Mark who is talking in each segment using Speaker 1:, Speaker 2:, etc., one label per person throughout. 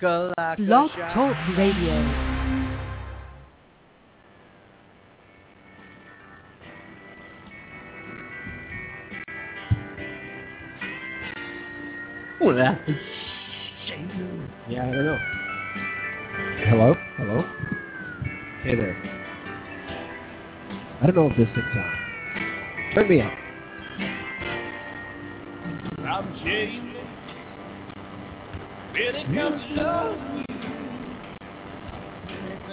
Speaker 1: Shakalaka.
Speaker 2: Blog
Speaker 1: shak-
Speaker 2: Talk Radio.
Speaker 1: Ooh, that is shaking. Yeah, I don't know.
Speaker 3: Hello? Hello?
Speaker 1: Hey there.
Speaker 3: I don't know if this thing's on. Turn me up.
Speaker 4: I'm shady. When it comes to love,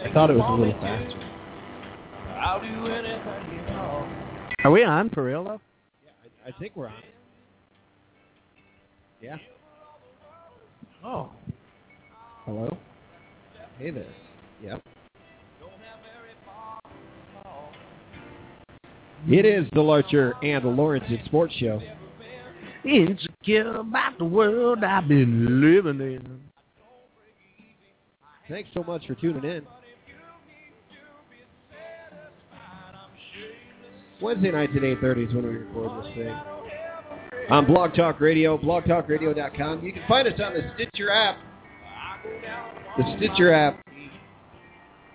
Speaker 3: I thought it was a little fast.
Speaker 4: I'll do anything you want.
Speaker 1: Are we on for real though?
Speaker 3: I think we're on.
Speaker 1: Yeah. Oh.
Speaker 3: Hello? Hey there. Yep. It is the Larcher and the Lawrence in Sports Show.
Speaker 1: Insecure about the world I've been living in.
Speaker 3: Thanks so much for tuning in. Wednesday nights at 8.30 is when we record this thing. On Blog Talk Radio, blogtalkradio.com. You can find us on the Stitcher app. The Stitcher app.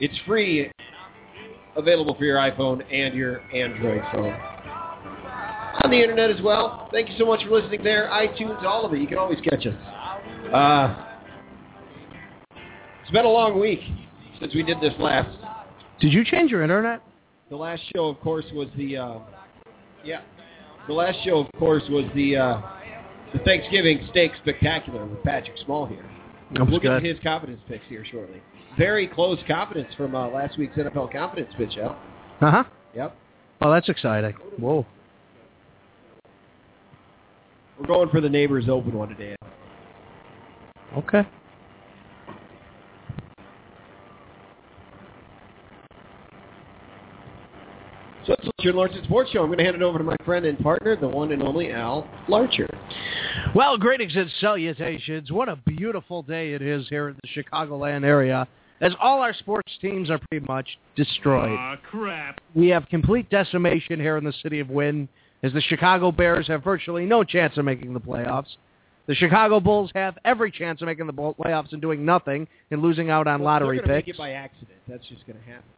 Speaker 3: It's free. Available for your iPhone and your Android phone. On the internet as well. Thank you so much for listening there. iTunes, all of it. You can always catch us. Uh, it's been a long week since we did this last.
Speaker 1: Did you change your internet?
Speaker 3: The last show, of course, was the uh, yeah. The last show, of course, was the uh, the Thanksgiving steak spectacular with Patrick Small here.
Speaker 1: That
Speaker 3: we'll get his confidence picks here shortly. Very close confidence from uh, last week's NFL confidence pitch out.
Speaker 1: Uh huh.
Speaker 3: Yep,
Speaker 1: Oh, that's exciting. Whoa.
Speaker 3: we're going for the neighbors open one today.
Speaker 1: Okay.
Speaker 3: So it's your Larcher Sports Show. I'm going to hand it over to my friend and partner, the one and only Al Larcher.
Speaker 1: Well, greetings and salutations. What a beautiful day it is here in the Chicagoland area, as all our sports teams are pretty much destroyed.
Speaker 4: Aw, crap.
Speaker 1: We have complete decimation here in the city of Wynn, as the Chicago Bears have virtually no chance of making the playoffs. The Chicago Bulls have every chance of making the ball- playoffs and doing nothing and losing out on lottery
Speaker 3: We're going to make
Speaker 1: picks.
Speaker 3: it by accident. That's just going to happen.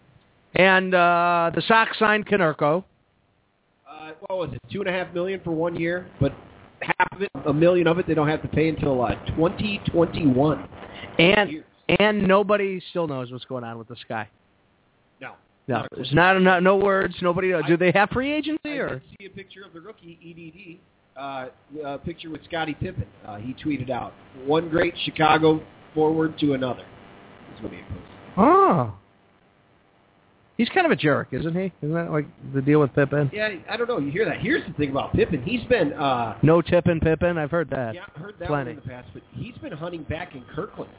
Speaker 1: And uh, the Sox signed Canerco.
Speaker 3: uh, what was it, two and a half million for one year, but half of it, a million of it, they don't have to pay until uh, 2021.
Speaker 1: And
Speaker 3: Years.
Speaker 1: and nobody still knows what's going on with this guy.
Speaker 3: No.
Speaker 1: No,
Speaker 3: Not a clue.
Speaker 1: there's not, no no words. Nobody. knows. Do they have free
Speaker 3: I
Speaker 1: agency or?
Speaker 3: did see a picture of the rookie EDD, uh, a picture with Scottie Pippen. Uh, he tweeted out one great Chicago forward to another. Is what he posted.
Speaker 1: Oh. He's kind of a jerk, isn't he? Isn't that like the deal with Pippin?
Speaker 3: Yeah, I don't know. You hear that? Here's the thing about Pippen. He's been. Uh,
Speaker 1: No tipping Pippin. I've heard that.
Speaker 3: yeah, I heard that
Speaker 1: Plenty.
Speaker 3: one in the past, but he's been hunting back in Kirkland.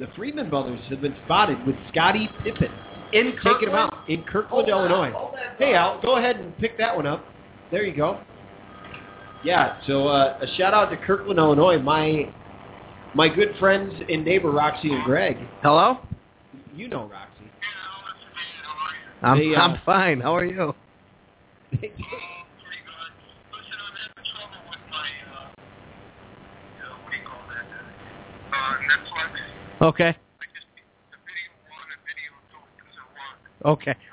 Speaker 3: The Friedman brothers have been spotted with Scottie Pippen.
Speaker 1: In Oh,
Speaker 3: Taking him out in Kirkland, Illinois. hey, Al, go ahead and pick that one up. There you go. Yeah, so uh, a shout out to Kirkland, Illinois. My my good friends and neighbor Roxy and Greg.
Speaker 1: Hello.
Speaker 3: You know Roxy.
Speaker 1: I'm
Speaker 3: They, uh,
Speaker 1: I'm fine. How are you? Okay. Okay.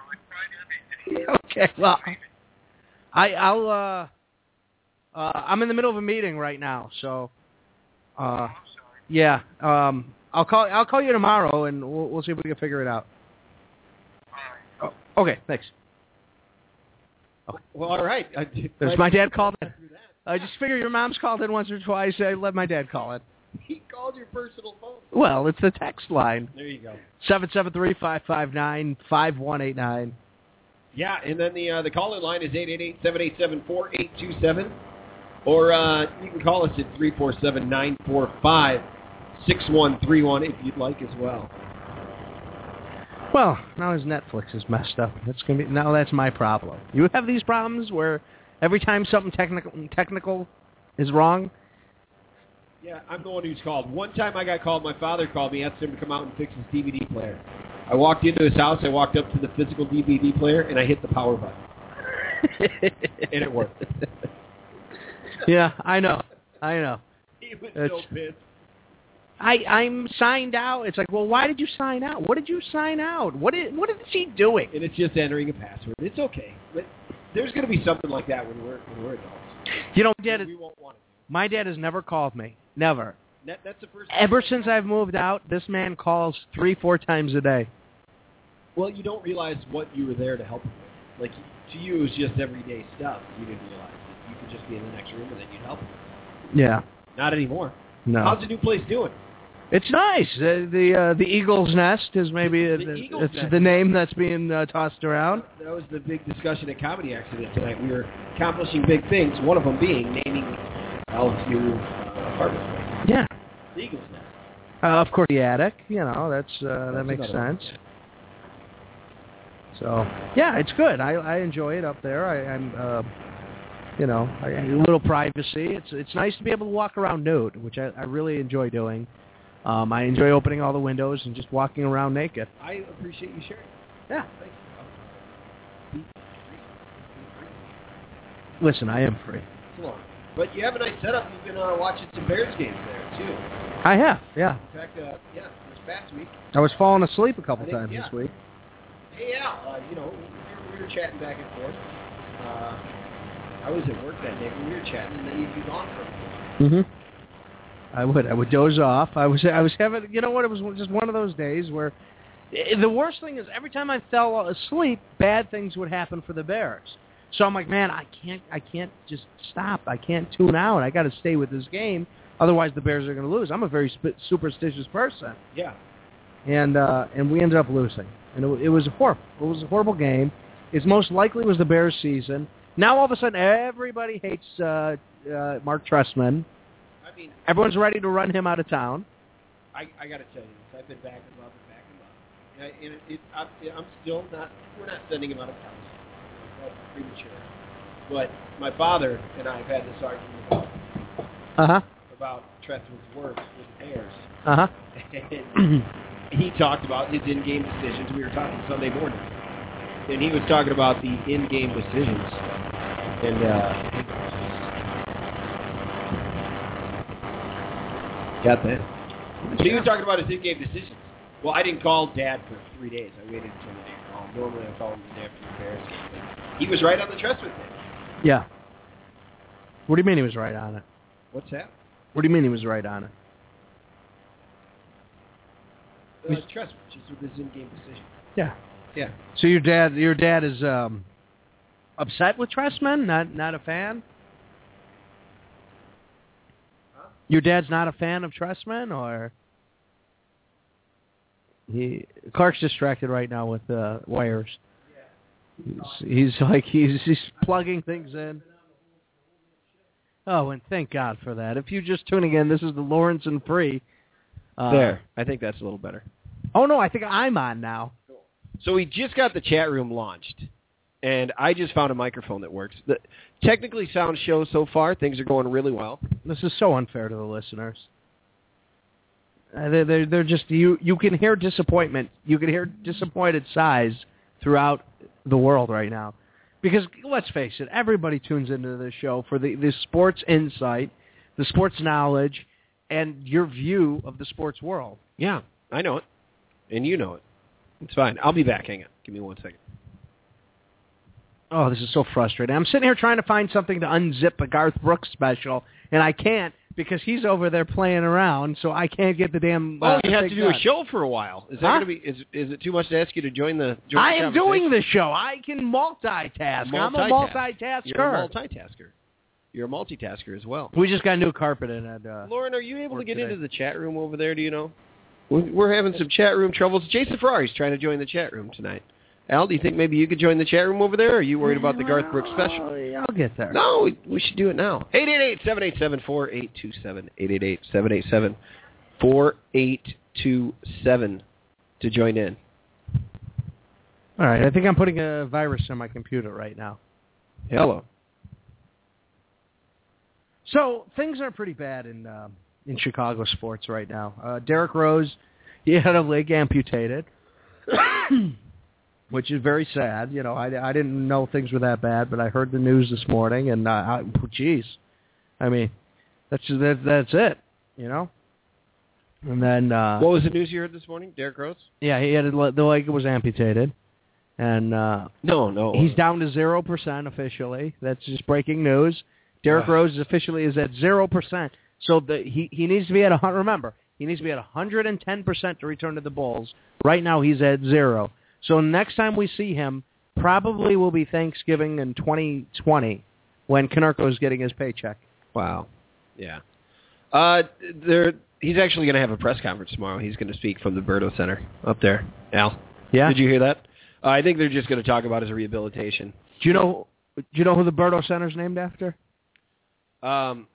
Speaker 1: Okay. Well, I I'll uh, uh I'm in the middle of a meeting right now, so uh yeah um I'll call I'll call you tomorrow and we'll, we'll see if we can figure it out. Oh, okay. Thanks.
Speaker 3: well, all right. I,
Speaker 1: Oh. There's my dad called in.
Speaker 3: Through that.
Speaker 1: I just figure your mom's called in once or twice. I let my dad call it.
Speaker 3: He called your personal phone.
Speaker 1: Well, it's the text line
Speaker 3: There you go.
Speaker 1: seven seven three five five nine five one eight nine.
Speaker 3: Yeah, and then the uh, the call in line is 888-787-4827. Or uh, you can call us at 347-945-6131 if you'd like as well.
Speaker 1: Well, now his Netflix is messed up. That's gonna be now. That's my problem. You have these problems where every time something technical technical is wrong.
Speaker 3: Yeah, I'm the one who's called. One time I got called. My father called me, asked him to come out and fix his DVD player. I walked into his house. I walked up to the physical DVD player, and I hit the power button, and it worked.
Speaker 1: yeah, I know. I know.
Speaker 3: he was
Speaker 1: That's-
Speaker 3: so pissed.
Speaker 1: I I'm signed out. It's like, well, why did you sign out? What did you sign out? What is what is she doing?
Speaker 3: and it's just entering a password. It's okay, but there's going to be something like that when we're when we're adults.
Speaker 1: You know, my dad. Is,
Speaker 3: we won't want it.
Speaker 1: my dad has never called me. Never.
Speaker 3: That, that's the first.
Speaker 1: Ever since I've moved out, this man calls three, four times a day.
Speaker 3: well, you don't realize what you were there to help him with. Like to you, it was just everyday stuff. You didn't realize that you could just be in the next room and then you'd help him.
Speaker 1: Yeah.
Speaker 3: Not anymore.
Speaker 1: No.
Speaker 3: How's the new place doing?
Speaker 1: It's nice. The the, uh, the Eagle's Nest is maybe
Speaker 3: The
Speaker 1: the,
Speaker 3: Eagle's
Speaker 1: it's
Speaker 3: Nest.
Speaker 1: the name that's being uh, tossed around.
Speaker 3: That was the big discussion at Comedy Accident tonight. We were accomplishing big things. One of them being naming Al's new uh, apartment place,
Speaker 1: Yeah.
Speaker 3: the Eagles Nest.
Speaker 1: Uh, of course, the attic. You know, that's uh, that
Speaker 3: That's
Speaker 1: makes
Speaker 3: another one.
Speaker 1: sense. So yeah, it's good. I I enjoy it up there. I, I'm, uh, you know, I, I- a little privacy. It's it's nice to be able to walk around nude, which I, I really enjoy doing. Um, I enjoy opening all the windows and just walking around naked.
Speaker 3: I appreciate you sharing.
Speaker 1: Yeah.
Speaker 3: Thank you.
Speaker 1: Listen, I am free.
Speaker 3: It's long. But you have a nice setup. You've been uh, watching some Bears games there too.
Speaker 1: I have. Yeah,
Speaker 3: In fact, uh, yeah, this past week.
Speaker 1: I was falling asleep a couple
Speaker 3: I think-
Speaker 1: times
Speaker 3: yeah.
Speaker 1: this week.
Speaker 3: Hey Al, uh, you know, we were, we were chatting back and forth. Uh, I was at work that day, but we were chatting, and then you you gone for a minute.
Speaker 1: hmm I would. I would doze off. I was. I was having. You know what? It was just one of those days where eh, the worst thing is every time I fell asleep, bad things would happen for the Bears. So I'm like, man, I can't. I can't just stop. I can't tune out. I got to stay with this game. Otherwise, the Bears are going to lose. I'm a very sp- superstitious person,
Speaker 3: Yeah.
Speaker 1: and uh, and we ended up losing. And it, wa- it was horrible. It was a horrible game. It's most likely was the Bears' season. Now all of a sudden, everybody hates uh, uh, Mark Trestman.
Speaker 3: I mean,
Speaker 1: Everyone's ready to run him out of town.
Speaker 3: I, I got to tell you this. I've been back and up and back and up. And, I, and it, it, I, I'm still not, we're not sending him out of town. That's premature. But my father and I have had this argument about,
Speaker 1: Uh huh.
Speaker 3: about Tressman's work with the Bears.
Speaker 1: Uh
Speaker 3: And he talked about his in-game decisions. We were talking Sunday morning. And he was talking about the in-game decisions. And, uh, got that. So he was talking about his in-game decisions. Well, I didn't call Dad for three days. I waited until the day to call him. Normally I call him the day after the Bears game. But he was right on the trust with me.
Speaker 1: Yeah. What do you mean he was right on it?
Speaker 3: What's that?
Speaker 1: What do you mean he was right on it?
Speaker 3: Uh, trust, just with his in-game decisions.
Speaker 1: Yeah.
Speaker 3: Yeah.
Speaker 1: So your dad, your dad is um, upset with Tressman. Not not a fan.
Speaker 3: Huh?
Speaker 1: Your dad's not a fan of Tressman, or he Clark's distracted right now with uh, wires. He's, he's like he's he's plugging things in. Oh, and thank God for that. If you're just tuning in, this is the Lawrence and Free. Uh,
Speaker 3: I think that's a little better.
Speaker 1: Oh no, I think I'm on now.
Speaker 3: So we just got the chat room launched, and I just found a microphone that works. The, technically, sound show so far, things are going really well.
Speaker 1: This is so unfair to the listeners. Uh, they're, they're, they're just you. You can hear disappointment. You can hear disappointed sighs throughout the world right now, because let's face it, everybody tunes into this show for the, the sports insight, the sports knowledge, and your view of the sports world.
Speaker 3: Yeah, I know it, and you know it. It's fine. I'll be back. Hang on. Give me one second.
Speaker 1: Oh, this is so frustrating. I'm sitting here trying to find something to unzip a Garth Brooks special, and I can't because he's over there playing around, so I can't get the damn. uh,
Speaker 3: oh, you have to
Speaker 1: thing
Speaker 3: do a
Speaker 1: done.
Speaker 3: show for a while. Is that
Speaker 1: Huh?
Speaker 3: going to be? Is is it too much to ask you to join the? Join
Speaker 1: I
Speaker 3: the
Speaker 1: am doing the
Speaker 3: conversation?
Speaker 1: show. I can multitask. I'm a
Speaker 3: Multitask.
Speaker 1: multitasker.
Speaker 3: You're a multitasker. You're a multitasker as well.
Speaker 1: we just got new carpet in it. Uh,
Speaker 3: Lauren, are you able to
Speaker 1: Work
Speaker 3: get
Speaker 1: today.
Speaker 3: into the chat room over there? Do you know? We- We're having some chat room troubles. Jason Ferrari's trying to join the chat room tonight. Al, do you think maybe you could join the chat room over there? Or are you worried about the Garth Brooks special?
Speaker 1: Oh, yeah, I'll get there.
Speaker 3: No, we, we should do it now. 888-787-4827. 888-787-4827 to join in.
Speaker 1: All right. I think I'm putting a virus on my computer right now.
Speaker 3: Hello.
Speaker 1: So things are pretty bad in um, in Chicago sports right now. Uh, Derek Rose, he had a leg amputated, which is very sad. You know, I, I didn't know things were that bad, but I heard the news this morning, and uh, I, geez, I mean, that's that, that's it. You know, And then, uh,
Speaker 3: What was the news you heard this morning? Derrick Rose?
Speaker 1: yeah, he had a, le- the leg was amputated, and uh,
Speaker 3: No, no.
Speaker 1: he's down to zero percent officially. That's just breaking news. Derrick
Speaker 3: Ugh.
Speaker 1: Rose is officially is at zero percent. So the, he he needs to be at a hun- remember he needs to be at hundred and ten percent to return to the Bulls. Right now he's at zero. So next time we see him probably will be Thanksgiving in 2020 when Canerco is getting his paycheck.
Speaker 3: Wow. Yeah. Uh, there. He's actually going to have a press conference tomorrow. He's going to speak from the Burdo Center up there. Al,
Speaker 1: Yeah.
Speaker 3: did you hear that? Uh, I think they're just going to talk about his rehabilitation.
Speaker 1: do you know do you know who the Berto Center's named after?
Speaker 3: Um,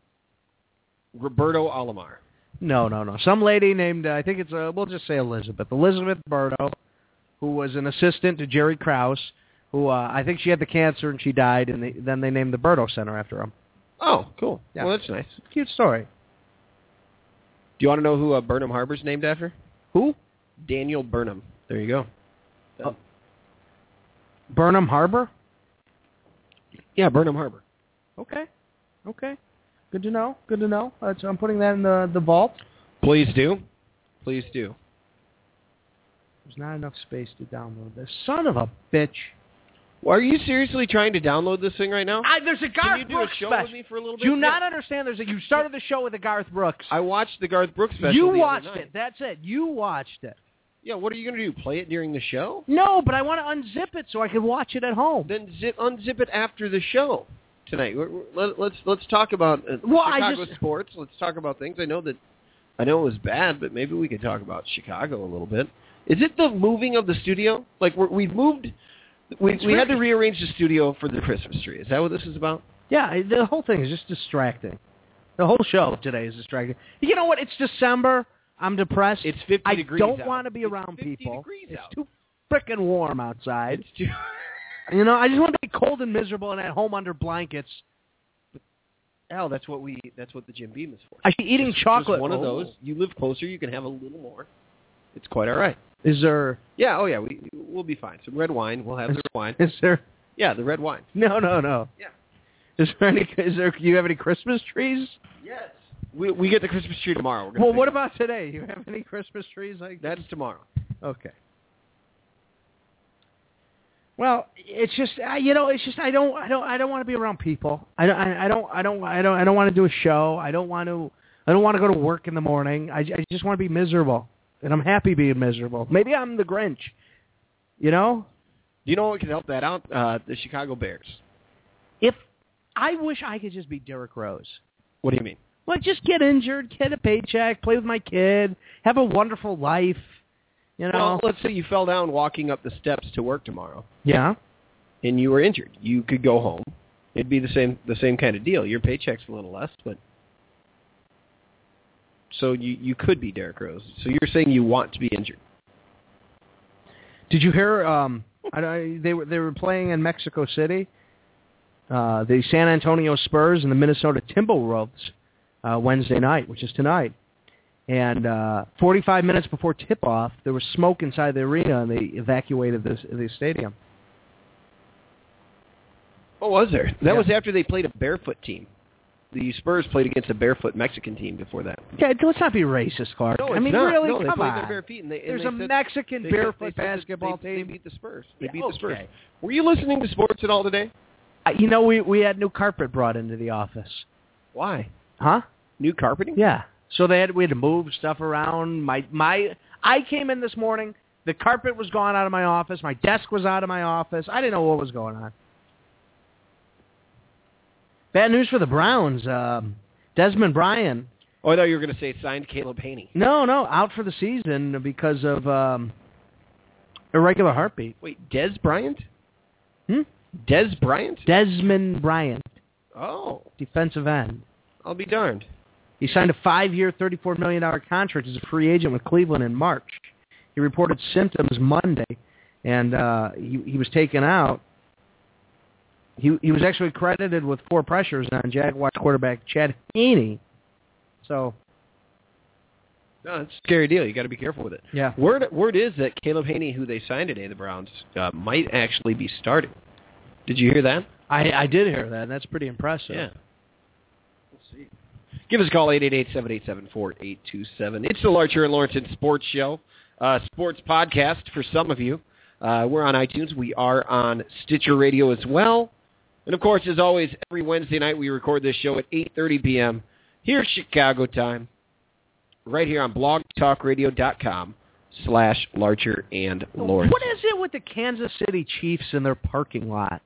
Speaker 3: Roberto Alomar.
Speaker 1: No, no, no. Some lady named uh, I think it's uh, we'll just say Elizabeth. Elizabeth Berto, who was an assistant to Jerry Krause, who uh, I think she had the cancer and she died, and they, then they named the Berto Center after him.
Speaker 3: Oh, cool.
Speaker 1: Yeah.
Speaker 3: Well, that's nice. Do
Speaker 1: Cute story.
Speaker 3: you want to know who uh, Burnham Harbor's named after?
Speaker 1: Who?
Speaker 3: Daniel Burnham. There you go.
Speaker 1: Burnham Harbor.
Speaker 3: Yeah, Burnham Harbor.
Speaker 1: Okay, okay. Good to know. Good to know. Uh, so I'm putting that in the the vault.
Speaker 3: Please do. Please do.
Speaker 1: There's not enough space to download this. Son of a bitch.
Speaker 3: Well, are you seriously trying to download this thing right now?
Speaker 1: I, there's a Garth
Speaker 3: Can you do a
Speaker 1: Brooks
Speaker 3: show
Speaker 1: special.
Speaker 3: with me for a little bit?
Speaker 1: Do you
Speaker 3: Yeah.
Speaker 1: not understand? There's a, you started the show with a Garth Brooks.
Speaker 3: I watched the Garth Brooks special.
Speaker 1: you
Speaker 3: the other
Speaker 1: watched
Speaker 3: night.
Speaker 1: it. That's it. You watched it.
Speaker 3: Yeah, what are you going to do? Play it during the show?
Speaker 1: No, but I want to unzip it so I can watch it at home.
Speaker 3: Then zip, unzip it after the show tonight. We're, we're- let, let's let's talk about uh,
Speaker 1: Well, I
Speaker 3: Chicago
Speaker 1: just-
Speaker 3: sports. Let's talk about things. I know that I know it was bad, but maybe we could talk about Chicago a little bit. Is it the moving of the studio? Like we're, we've moved. We,
Speaker 1: It's
Speaker 3: we had to
Speaker 1: weird.
Speaker 3: rearrange the studio for the Christmas tree. Is that what this is about?
Speaker 1: Yeah, I- the whole thing is just distracting. The whole show today is distracting. You know what? It's December. I'm depressed.
Speaker 3: It's 50
Speaker 1: I
Speaker 3: degrees
Speaker 1: don't
Speaker 3: out.
Speaker 1: want to be
Speaker 3: It's
Speaker 1: around
Speaker 3: 50
Speaker 1: people.
Speaker 3: degrees
Speaker 1: it's
Speaker 3: out.
Speaker 1: too frickin' warm outside.
Speaker 3: It's too-
Speaker 1: You know, I just want to be cold and miserable and at home under blankets.
Speaker 3: Al, that's what we. That's what the Jim Beam is for.
Speaker 1: I should be eating
Speaker 3: Just- just
Speaker 1: chocolate.
Speaker 3: one of
Speaker 1: Oh.
Speaker 3: those. You live closer. You can have a little more. It's quite all right.
Speaker 1: Is there?
Speaker 3: Yeah. Oh yeah. We we'll be fine. Some red wine. We'll have the red wine.
Speaker 1: Is there?
Speaker 3: Yeah, the red wine.
Speaker 1: No, no, no.
Speaker 3: Yeah.
Speaker 1: Is there any? Is there? You have any Christmas trees?
Speaker 3: Yes. We we get the Christmas tree tomorrow. We're gonna
Speaker 1: Well,
Speaker 3: fix
Speaker 1: what
Speaker 3: it.
Speaker 1: about today? You have any Christmas trees like
Speaker 3: that's tomorrow?
Speaker 1: Okay. Well, it's just I, you know, it's just I don't, I don't, I don't want to be around people. I don't, I, I don't, I don't, I don't, I don't want to do a show. I don't want to, I don't want to go to work in the morning. I, j- I just want to be miserable, and I'm happy being miserable. Maybe I'm the Grinch, you know.
Speaker 3: Do you know what can help that out? Uh, the Chicago Bears.
Speaker 1: If I wish I could just be Derrick Rose.
Speaker 3: What do you mean?
Speaker 1: Well, just get injured, get a paycheck, play with my kid, have a wonderful life, you know.
Speaker 3: Well, let's say you fell down walking up the steps to work tomorrow,
Speaker 1: yeah.
Speaker 3: and you were injured. You could go home. It'd be the same the same kind of deal. Your paycheck's a little less, but so you you could be Derrick Rose. So you're saying you want to be injured?
Speaker 1: Did you hear? Um, I, I, they were they were playing in Mexico City. Uh, the San Antonio Spurs and the Minnesota Timberwolves uh, Wednesday night, which is tonight. And uh, 45 minutes before tip-off, there was smoke inside the arena, and they evacuated the, the stadium.
Speaker 3: Oh, was there?
Speaker 1: Yeah.
Speaker 3: That was after they played a barefoot team. The Spurs played against a barefoot Mexican team before that.
Speaker 1: Yeah, let's not be racist, Clark.
Speaker 3: No,
Speaker 1: I
Speaker 3: it's
Speaker 1: mean,
Speaker 3: not.
Speaker 1: really,
Speaker 3: No, they
Speaker 1: come
Speaker 3: played
Speaker 1: on.
Speaker 3: their bare feet and they- and
Speaker 1: There's
Speaker 3: they
Speaker 1: a
Speaker 3: said-
Speaker 1: Mexican
Speaker 3: They-
Speaker 1: barefoot
Speaker 3: they- they-
Speaker 1: basketball
Speaker 3: they,
Speaker 1: team.
Speaker 3: They beat the Spurs. They
Speaker 1: Yeah,
Speaker 3: beat the Spurs.
Speaker 1: okay.
Speaker 3: Were you listening to sports at all today?
Speaker 1: Uh, you know, we we had new carpet brought into the office,
Speaker 3: Why?
Speaker 1: huh?
Speaker 3: New carpeting?
Speaker 1: Yeah. So they had we had to move stuff around. My my I came in this morning. The carpet was gone out of my office. My desk was out of my office. I didn't know what was going on. Bad news for the Browns. Um, Desmond Bryan.
Speaker 3: Oh, I thought you were going to say signed Caleb Haney.
Speaker 1: No, no, out for the season because of um, irregular heartbeat.
Speaker 3: Wait, Des Bryant?
Speaker 1: Hmm?
Speaker 3: Des Bryant?
Speaker 1: Desmond Bryant,
Speaker 3: oh,
Speaker 1: defensive end.
Speaker 3: I'll be darned.
Speaker 1: He signed a five-year, $34 million contract as a free agent with Cleveland in March. He reported symptoms Monday, and uh, he, he was taken out. He, he was actually credited with four pressures on Jaguars quarterback Chad Haney. So,
Speaker 3: No, it's a scary deal. You got to be careful with it.
Speaker 1: yeah.
Speaker 3: Word word is that Caleb Haney, who they signed today, the Browns, uh, might actually be starting. Did you hear that?
Speaker 1: I, I did hear that, and that's pretty impressive.
Speaker 3: We'll see. Give us a call, 888-787-4827. It's the Larcher and Lawrence Sports Show, uh, sports podcast for some of you. Uh, we're on iTunes. We are on Stitcher Radio as well. And, of course, as always, every Wednesday night we record this show at 8.30 p.m. here Chicago time, right here on blogtalkradio.com slash Larcher and Lawrence.
Speaker 1: What is it with the Kansas City Chiefs and their parking lot?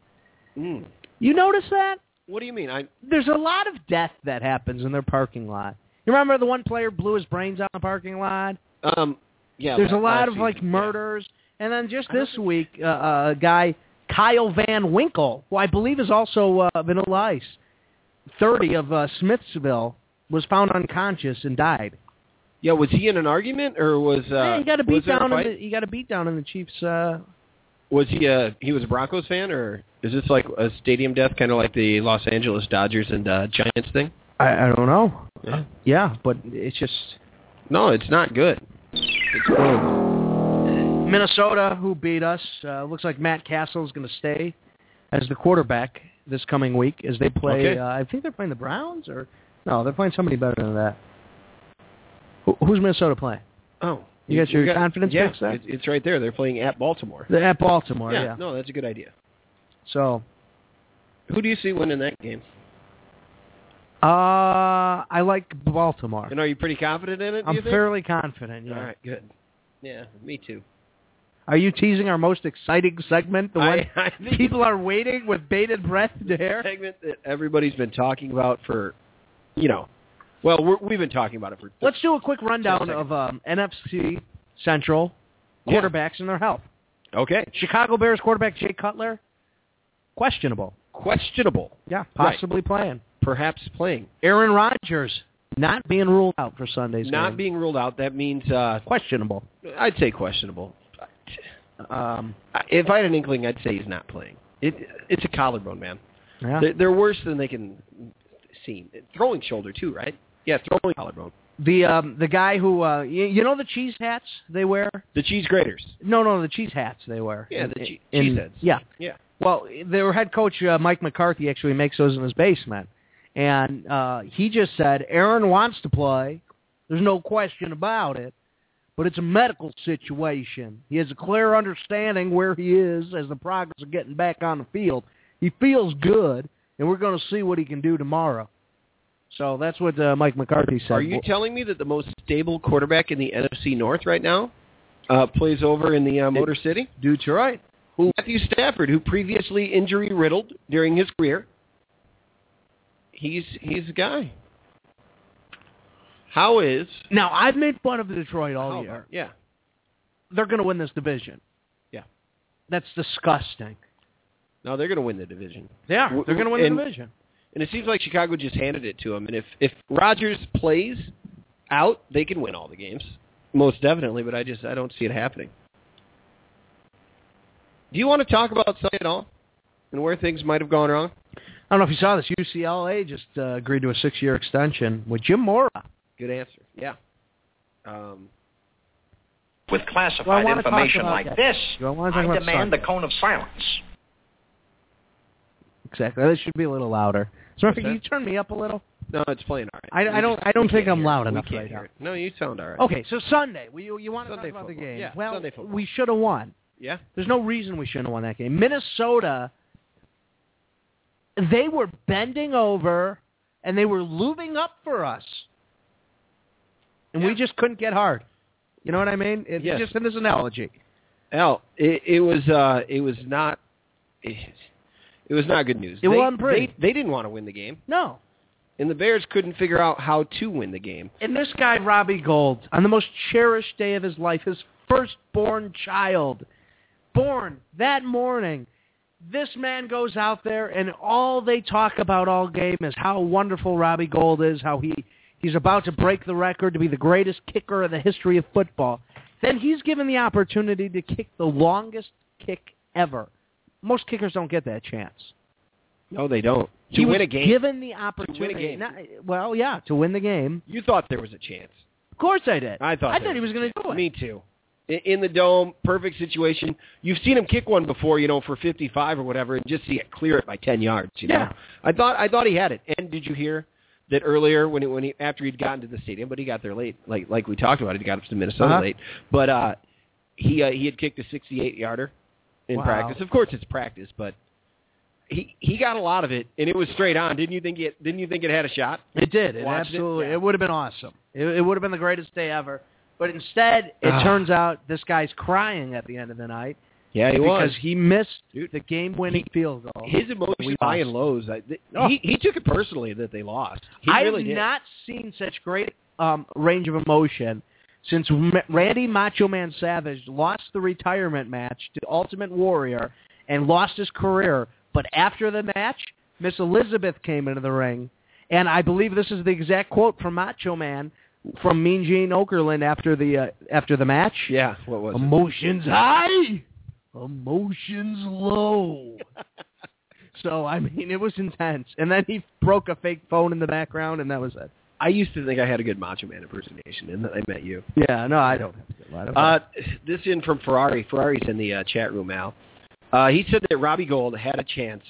Speaker 3: Mm.
Speaker 1: You notice that?
Speaker 3: What do you mean? I
Speaker 1: There's a lot of death that happens in their parking lot. You remember the one player blew his brains out in the parking lot?
Speaker 3: um yeah.
Speaker 1: There's a
Speaker 3: last
Speaker 1: lot of
Speaker 3: season,
Speaker 1: like
Speaker 3: yeah.
Speaker 1: murders, and then just
Speaker 3: I don't
Speaker 1: this week, uh, a guy Kyle Van Winkle, who I believe is also uh, Vanilla Ice, 30 of uh, Smithsville, was found unconscious and died.
Speaker 3: Yeah, was he in an argument or was uh
Speaker 1: yeah, he got a
Speaker 3: was
Speaker 1: beat
Speaker 3: there a
Speaker 1: down.
Speaker 3: fight?
Speaker 1: In the, he got a beat down in the Chiefs. Uh,
Speaker 3: Was he a he was a Broncos fan or is this like a stadium death kind of like the Los Angeles Dodgers and uh, Giants thing?
Speaker 1: I, I don't know.
Speaker 3: Yeah.
Speaker 1: Yeah, but it's just
Speaker 3: No, it's not good. It's horrible.
Speaker 1: Minnesota who beat us. Uh, looks like Matt Castle is going to stay as the quarterback this coming week as they play.
Speaker 3: Okay.
Speaker 1: Uh, I think they're playing the Browns, or no, they're playing somebody better than that. Who, who's Minnesota playing?
Speaker 3: Oh,
Speaker 1: You got your confidence
Speaker 3: yeah,
Speaker 1: picks there?
Speaker 3: It's, it's right there. They're playing at Baltimore.
Speaker 1: They're at Baltimore. Yeah.
Speaker 3: yeah, no, that's a good idea.
Speaker 1: So
Speaker 3: Who do you see winning that game?
Speaker 1: uh, I like Baltimore.
Speaker 3: And are you pretty confident in it? do
Speaker 1: I'm
Speaker 3: you think?
Speaker 1: fairly confident. Yeah.
Speaker 3: All right, good. Yeah, me too.
Speaker 1: Are you teasing our most exciting segment? The one
Speaker 3: I, I think
Speaker 1: people are waiting with bated breath to hear.
Speaker 3: segment that everybody's been talking about for, you know, well, we're, we've been talking about it for.
Speaker 1: Let's do a quick rundown
Speaker 3: Second.
Speaker 1: of um, NFC Central
Speaker 3: Yeah.
Speaker 1: quarterbacks and their health.
Speaker 3: Okay.
Speaker 1: Chicago Bears quarterback Jay Cutler, questionable.
Speaker 3: Questionable,
Speaker 1: Yeah,
Speaker 3: Right.
Speaker 1: possibly playing.
Speaker 3: perhaps playing,
Speaker 1: Aaron Rodgers not being ruled out for Sunday's
Speaker 3: not
Speaker 1: game.
Speaker 3: being ruled out. That means uh,
Speaker 1: questionable.
Speaker 3: I'd say questionable.
Speaker 1: Um,
Speaker 3: I- If I had an inkling, I'd say he's not playing. It, it's a collarbone, man.
Speaker 1: yeah.
Speaker 3: They're, they're worse than they can seem. Throwing shoulder too, right? Yeah, throwing collarbone.
Speaker 1: The um, the guy who uh, you, you know the cheese hats they wear.
Speaker 3: The cheese graters.
Speaker 1: No, no, the cheese hats they wear.
Speaker 3: Yeah,
Speaker 1: In-
Speaker 3: the che-
Speaker 1: in-
Speaker 3: cheese heads.
Speaker 1: Yeah,
Speaker 3: Yeah.
Speaker 1: Well, their head coach uh, Mike McCarthy actually makes those in his basement, and uh, he just said Aaron wants to play. There's no question about it, but it's a medical situation. He has a clear understanding where he is as the progress of getting back on the field. He feels good, and we're going to see what he can do tomorrow. So that's what uh, Mike McCarthy said.
Speaker 3: Are you telling me that the most stable quarterback in the NFC North right now uh, plays over in the uh, Motor City?
Speaker 1: Dude, you're right.
Speaker 3: Matthew Stafford, who previously injury riddled during his career, he's he's the guy. How is
Speaker 1: Now I've made fun of Detroit all
Speaker 3: how-
Speaker 1: year.
Speaker 3: Oh, Yeah,
Speaker 1: They're going to win this division.
Speaker 3: Yeah.
Speaker 1: that's disgusting.
Speaker 3: no, they're going to win the division,
Speaker 1: Yeah,
Speaker 3: W-
Speaker 1: they're going to win
Speaker 3: and-
Speaker 1: the division.
Speaker 3: and it seems like Chicago just handed it to him. And if if Rodgers plays out, they can win all the games, most definitely. But I just I don't see it happening. Do you want to talk about something at all, and where things might have gone wrong?
Speaker 1: I don't know if you saw this. UCLA just uh, agreed to a six-year extension with Jim Mora.
Speaker 3: Good answer. Yeah. Um,
Speaker 5: With
Speaker 1: Well, I
Speaker 5: classified
Speaker 1: wanna talk
Speaker 5: information
Speaker 1: about
Speaker 5: like
Speaker 1: that.
Speaker 5: this,
Speaker 1: Do I want to talk
Speaker 5: I
Speaker 1: about
Speaker 5: demand the
Speaker 1: soccer?
Speaker 5: cone of silence.
Speaker 1: Exactly. That should be a little louder. Sorry,
Speaker 3: What's
Speaker 1: can you
Speaker 3: that?
Speaker 1: turn me up a little?
Speaker 3: no, it's playing all right.
Speaker 1: I- I
Speaker 3: We
Speaker 1: don't-
Speaker 3: just-
Speaker 1: I don't
Speaker 3: we
Speaker 1: think
Speaker 3: can't
Speaker 1: I'm
Speaker 3: hear
Speaker 1: loud
Speaker 3: it.
Speaker 1: enough
Speaker 3: We can't
Speaker 1: right
Speaker 3: hear
Speaker 1: now.
Speaker 3: it. No, you sound all right.
Speaker 1: Okay, so Sunday. We, you want to
Speaker 3: Sunday
Speaker 1: talk about the
Speaker 3: football.
Speaker 1: game?
Speaker 3: Yeah,
Speaker 1: well,
Speaker 3: Sunday football.
Speaker 1: we should have won.
Speaker 3: Yeah.
Speaker 1: There's no reason we shouldn't have won that game. Minnesota, they were bending over, and they were lubing up for us. And we
Speaker 3: Yeah.
Speaker 1: just couldn't get hard. You know what I mean? It's
Speaker 3: Yes.
Speaker 1: just in this analogy.
Speaker 3: Al, it, it was uh, it was not it, it was not good news.
Speaker 1: It
Speaker 3: they,
Speaker 1: wasn't pretty.
Speaker 3: They, they didn't want to win the game,
Speaker 1: No,
Speaker 3: and the Bears couldn't figure out how to win the game.
Speaker 1: And this guy, Robbie Gold, on the most cherished day of his life, his firstborn child, born that morning, this man goes out there and all they talk about all game is how wonderful Robbie Gold is, how he, he's about to break the record to be the greatest kicker in the history of football. Then he's given the opportunity to kick the longest kick ever. Most kickers don't get that chance.
Speaker 3: No, they don't. To
Speaker 1: he
Speaker 3: win
Speaker 1: was
Speaker 3: a game,
Speaker 1: given the opportunity.
Speaker 3: game.
Speaker 1: Not- well, yeah, to win the game.
Speaker 3: you thought there was a chance.
Speaker 1: Of course I did.
Speaker 3: I thought
Speaker 1: I
Speaker 3: there
Speaker 1: thought he was
Speaker 3: a
Speaker 1: going to
Speaker 3: chance.
Speaker 1: do it.
Speaker 3: Me too. In, in the dome, perfect situation. You've seen him kick one before, you know, for 55 or whatever, and just see it clear it by 10 yards. You
Speaker 1: Yeah.
Speaker 3: know, I thought I thought he had it. And did you hear? that earlier when he, when he after he'd gotten to the stadium, but he got there late, like like we talked about, he got up to Minnesota
Speaker 1: Uh-huh.
Speaker 3: late. But uh, he uh, he had kicked a 68 yarder in
Speaker 1: Wow.
Speaker 3: practice. Of course, it's practice, but he he got a lot of it, and it was straight on. Didn't you think it? Didn't you think it had a shot?
Speaker 1: It did. It
Speaker 3: Watched it?
Speaker 1: absolutely. It,
Speaker 3: Yeah.
Speaker 1: would have been awesome. It, it would have been the greatest day ever. But instead, it
Speaker 3: Ah.
Speaker 1: turns out this guy's crying at the end of the night
Speaker 3: Yeah, he
Speaker 1: because
Speaker 3: was.
Speaker 1: he missed
Speaker 3: Dude.
Speaker 1: the game-winning field goal.
Speaker 3: His
Speaker 1: Oh, We
Speaker 3: emotions,
Speaker 1: lost.
Speaker 3: high and lows. I, th-
Speaker 1: Oh.
Speaker 3: he he took it personally that they lost. He
Speaker 1: I
Speaker 3: really
Speaker 1: have
Speaker 3: did.
Speaker 1: not seen such great um, range of emotion since M- Randy Macho Man Savage lost the retirement match to Ultimate Warrior and lost his career. But after the match, Miss Elizabeth came into the ring, and I believe this is the exact quote from Macho Man from Mean Gene Okerlund after the uh, after the match.
Speaker 3: Yeah, what was
Speaker 1: Um,
Speaker 3: it?
Speaker 1: Emotions high, emotions low. so I mean, it was intense. And then he broke a fake phone in the background, and that was it.
Speaker 3: I used to think I had a good Macho Man impersonation, and then I met you.
Speaker 1: Yeah, no, I don't have to get a lot of
Speaker 3: Uh, this in from Ferrari. Ferrari's in the uh, chat room, Al. Uh, he said that Robbie Gold had a chance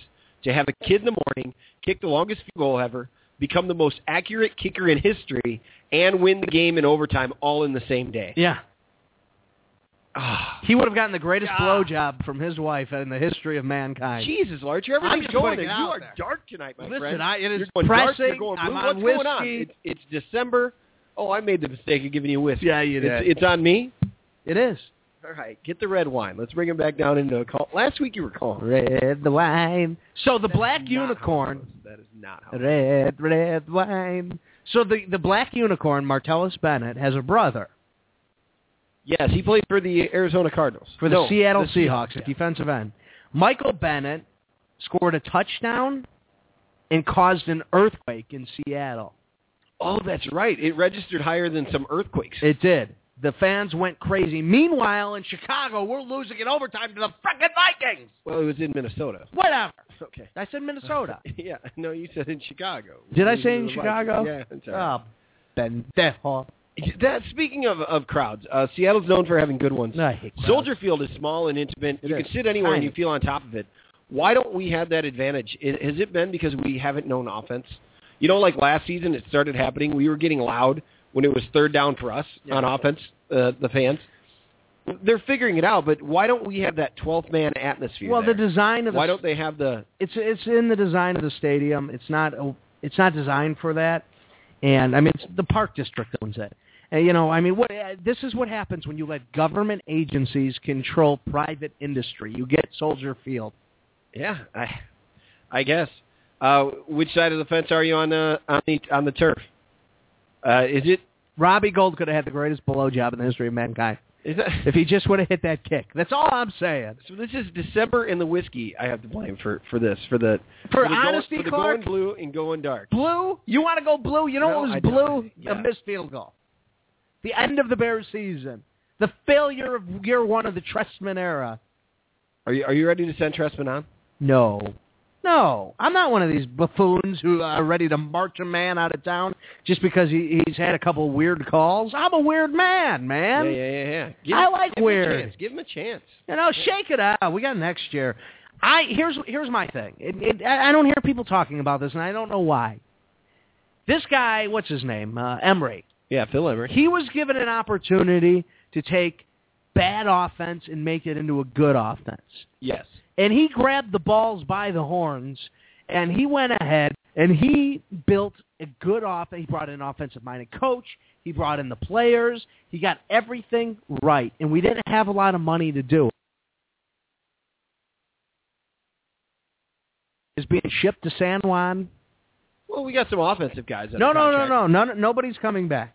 Speaker 3: to have a kid in the morning, kick the longest field goal ever, become the most accurate kicker in history, and win the game in overtime all in the same day.
Speaker 1: yeah.
Speaker 3: Ah,
Speaker 1: He would have gotten the greatest
Speaker 3: Yeah.
Speaker 1: blowjob from his wife in the history of mankind.
Speaker 3: Jesus, Larch,
Speaker 1: I'm
Speaker 3: everything's
Speaker 1: just
Speaker 3: going.
Speaker 1: putting it
Speaker 3: there. You
Speaker 1: out
Speaker 3: are
Speaker 1: there.
Speaker 3: dark tonight, my
Speaker 1: Listen,
Speaker 3: friend.
Speaker 1: I, it is
Speaker 3: You're going dark,
Speaker 1: pressing.
Speaker 3: you're going blue.
Speaker 1: I'm on
Speaker 3: What's
Speaker 1: whiskey.
Speaker 3: going on? It's, it's December. Oh, I made the mistake of giving you whiskey.
Speaker 1: Yeah, you
Speaker 3: It's,
Speaker 1: did.
Speaker 3: it's on me.
Speaker 1: It is.
Speaker 3: All right, get the red wine. Let's bring him back down into a call. Last week you were calling.
Speaker 1: Red wine. So the
Speaker 3: That's
Speaker 1: black
Speaker 3: not
Speaker 1: unicorn.
Speaker 3: how it goes. That is not how. it goes.
Speaker 1: Red, red wine. So the the black unicorn, Martellus Bennett, has a brother
Speaker 3: Yes, he played for the Arizona Cardinals.
Speaker 1: for the
Speaker 3: No,
Speaker 1: Seattle
Speaker 3: the
Speaker 1: Seahawks at defensive end. Michael Bennett scored a touchdown and caused an earthquake in Seattle.
Speaker 3: Oh, that's right. It registered higher than some earthquakes.
Speaker 1: It did. The fans went crazy. Meanwhile, in Chicago, we're losing in overtime to the frickin' Vikings.
Speaker 3: well, it was in Minnesota.
Speaker 1: Whatever.
Speaker 3: Okay.
Speaker 1: I said Minnesota.
Speaker 3: yeah. No, you said in Chicago.
Speaker 1: Did I
Speaker 3: It was
Speaker 1: say in
Speaker 3: the Vikings.
Speaker 1: Chicago?
Speaker 3: Yeah. That's all right.
Speaker 1: Oh, pendejo.
Speaker 3: That speaking of of crowds, uh, Seattle's known for having good ones.
Speaker 1: No, I hate crowds.
Speaker 3: Soldier Field is small and intimate.
Speaker 1: It
Speaker 3: you
Speaker 1: is.
Speaker 3: can sit anywhere and
Speaker 1: Tiny.
Speaker 3: you feel on top of it. Why don't we have that advantage? I has it been because we haven't known offense? You know, like last season, it started happening. We were getting loud when it was third down for us
Speaker 1: Yeah.
Speaker 3: on offense. Uh, the fans, they're figuring it out. But why don't we have that twelfth man atmosphere?
Speaker 1: Well, the
Speaker 3: there?
Speaker 1: design of the
Speaker 3: why don't they have the?
Speaker 1: it's it's in the design of the stadium. It's not it's not designed for that, and I mean it's, the park district owns it. And, you know, I mean, what uh, this is what happens when you let government agencies control private industry. You get Soldier Field.
Speaker 3: Yeah, I, I guess. Uh, which side of the fence are you on? Uh, on the on the turf? Uh, is it
Speaker 1: Robbie Gold could have had the greatest blow job in the history of mankind
Speaker 3: Is that,
Speaker 1: if he just would have hit that kick. That's all I'm saying.
Speaker 3: so this is December and the whiskey. I have to blame for for this for the
Speaker 1: For,
Speaker 3: the go-
Speaker 1: honesty,
Speaker 3: for the
Speaker 1: Clark,
Speaker 3: going blue and going dark.
Speaker 1: blue. You want to go blue? You
Speaker 3: No,
Speaker 1: don't lose
Speaker 3: I don't.
Speaker 1: blue.
Speaker 3: Yeah.
Speaker 1: A missed field goal. The end of the Bears season. The failure of year one of the Trestman era.
Speaker 3: Are you are you ready to send Tressman on?
Speaker 1: No. No, I'm not one of these buffoons who are ready to march a man out of town just because he, he's had a couple weird calls. I'm a weird man, man.
Speaker 3: yeah, yeah, yeah, yeah.
Speaker 1: Um, I like
Speaker 3: give Him
Speaker 1: weird.
Speaker 3: a chance. Give him a chance.
Speaker 1: You know, shake it out. We got next year. I here's here's my thing. It, it, I I don't hear people talking about this, and I don't know why. This guy, what's his name, uh, Emery,
Speaker 3: Yeah, Phil Emery.
Speaker 1: he was given an opportunity to take bad offense and make it into a good offense
Speaker 3: Yes.
Speaker 1: and he grabbed the balls by the horns and he went ahead and he built a good offense. He brought in an offensive minded coach. He brought in the players. He got everything right. And we didn't have a lot of money to do it. Is being shipped to San Juan.
Speaker 3: Well, we got some offensive guys. under
Speaker 1: No, no, no,
Speaker 3: contract.
Speaker 1: no, no. Nobody's coming back.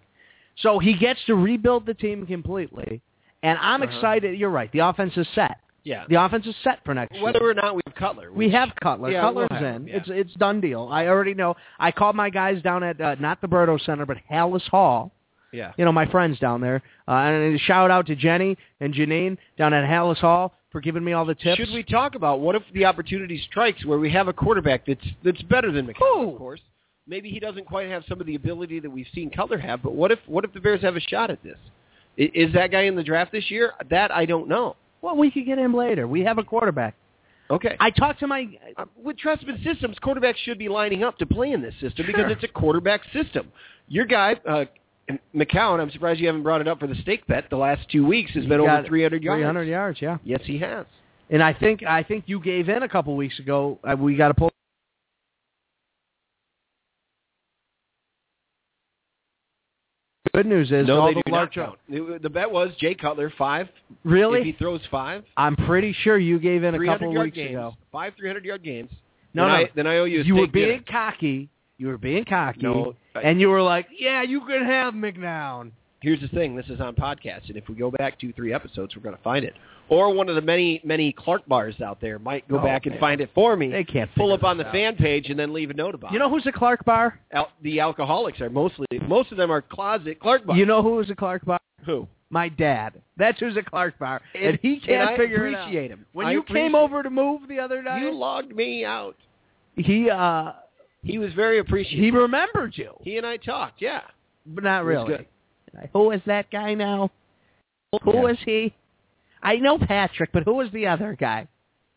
Speaker 1: So he gets to rebuild the team completely. And I'm
Speaker 3: Uh-huh.
Speaker 1: excited. You're right. The offense is set.
Speaker 3: Yeah.
Speaker 1: The offense is set for next year.
Speaker 3: Whether or not we have Cutler,
Speaker 1: We
Speaker 3: which-
Speaker 1: have Cutler.
Speaker 3: Yeah,
Speaker 1: Cutler's
Speaker 3: we'll have him,
Speaker 1: in.
Speaker 3: yeah.
Speaker 1: It's it's done deal. I already know. I called my guys down at uh, not the Burdo Center, but Hallis Hall.
Speaker 3: Yeah.
Speaker 1: You know my friends down there. Uh, and a shout out to Jenny and Janine down at Hallis Hall for giving me all the tips.
Speaker 3: Should we talk about what if the opportunity strikes where we have a quarterback that's that's better than McCown,
Speaker 1: Who?
Speaker 3: of course. Maybe he doesn't quite have some of the ability that we've seen Cutler have, but what if what if the Bears have a shot at this? I- Is that guy in the draft this year? That I don't know.
Speaker 1: Well, we could get him later. We have a quarterback.
Speaker 3: Okay.
Speaker 1: I talked to my
Speaker 3: Uh, with Trustman systems, quarterbacks should be lining up to play in this system because
Speaker 1: Sure.
Speaker 3: it's a quarterback system. Your guy, uh, McCown, I'm surprised you haven't brought it up for the stake bet. The last two weeks has been
Speaker 1: He
Speaker 3: over
Speaker 1: got
Speaker 3: 300 yards.
Speaker 1: 300 yards, yeah.
Speaker 3: Yes, he has.
Speaker 1: And I think I think you gave in a couple weeks ago. Uh, we got to pull. Good news is
Speaker 3: no,
Speaker 1: all
Speaker 3: they
Speaker 1: the
Speaker 3: do
Speaker 1: large.
Speaker 3: not count. The- The bet was Jay Cutler five. If he
Speaker 1: Really,
Speaker 3: throws five,
Speaker 1: I'm pretty sure you gave in a
Speaker 3: 300
Speaker 1: couple
Speaker 3: yard
Speaker 1: weeks
Speaker 3: games,
Speaker 1: ago.
Speaker 3: five 300 yard games.
Speaker 1: No,
Speaker 3: then
Speaker 1: no.
Speaker 3: I, then I owe you. A
Speaker 1: you were
Speaker 3: steak dinner.
Speaker 1: being cocky. You were being cocky,
Speaker 3: No, I-
Speaker 1: and you were like, "Yeah, you can have McNown."
Speaker 3: here's the thing. This is on podcast, and if we go back two, three episodes, we're going to find it. Or one of the many, many Clark bars out there might go
Speaker 1: Oh,
Speaker 3: back and
Speaker 1: man.
Speaker 3: find it for me.
Speaker 1: They can't
Speaker 3: pull
Speaker 1: figure
Speaker 3: up on the
Speaker 1: this out.
Speaker 3: fan page and then leave a note about.
Speaker 1: You know who's a Clark bar?
Speaker 3: it. Al- the alcoholics are mostly most of them are closet Clark bars.
Speaker 1: You know who was a Clark bar?
Speaker 3: who?
Speaker 1: My dad. That's who's a Clark bar, and, he can't
Speaker 3: I
Speaker 1: figure it out.
Speaker 3: appreciate him.
Speaker 1: When
Speaker 3: I
Speaker 1: you came
Speaker 3: appreciate-
Speaker 1: over to move the other night,
Speaker 3: you logged me out.
Speaker 1: he uh
Speaker 3: He was very
Speaker 1: he
Speaker 3: appreciative.
Speaker 1: remembered you,
Speaker 3: He, and I talked. Yeah,
Speaker 1: but not
Speaker 3: It was
Speaker 1: really.
Speaker 3: good.
Speaker 1: Like, Who is that guy now? Who
Speaker 3: Yeah.
Speaker 1: was he? I know Patrick, but who was the other guy?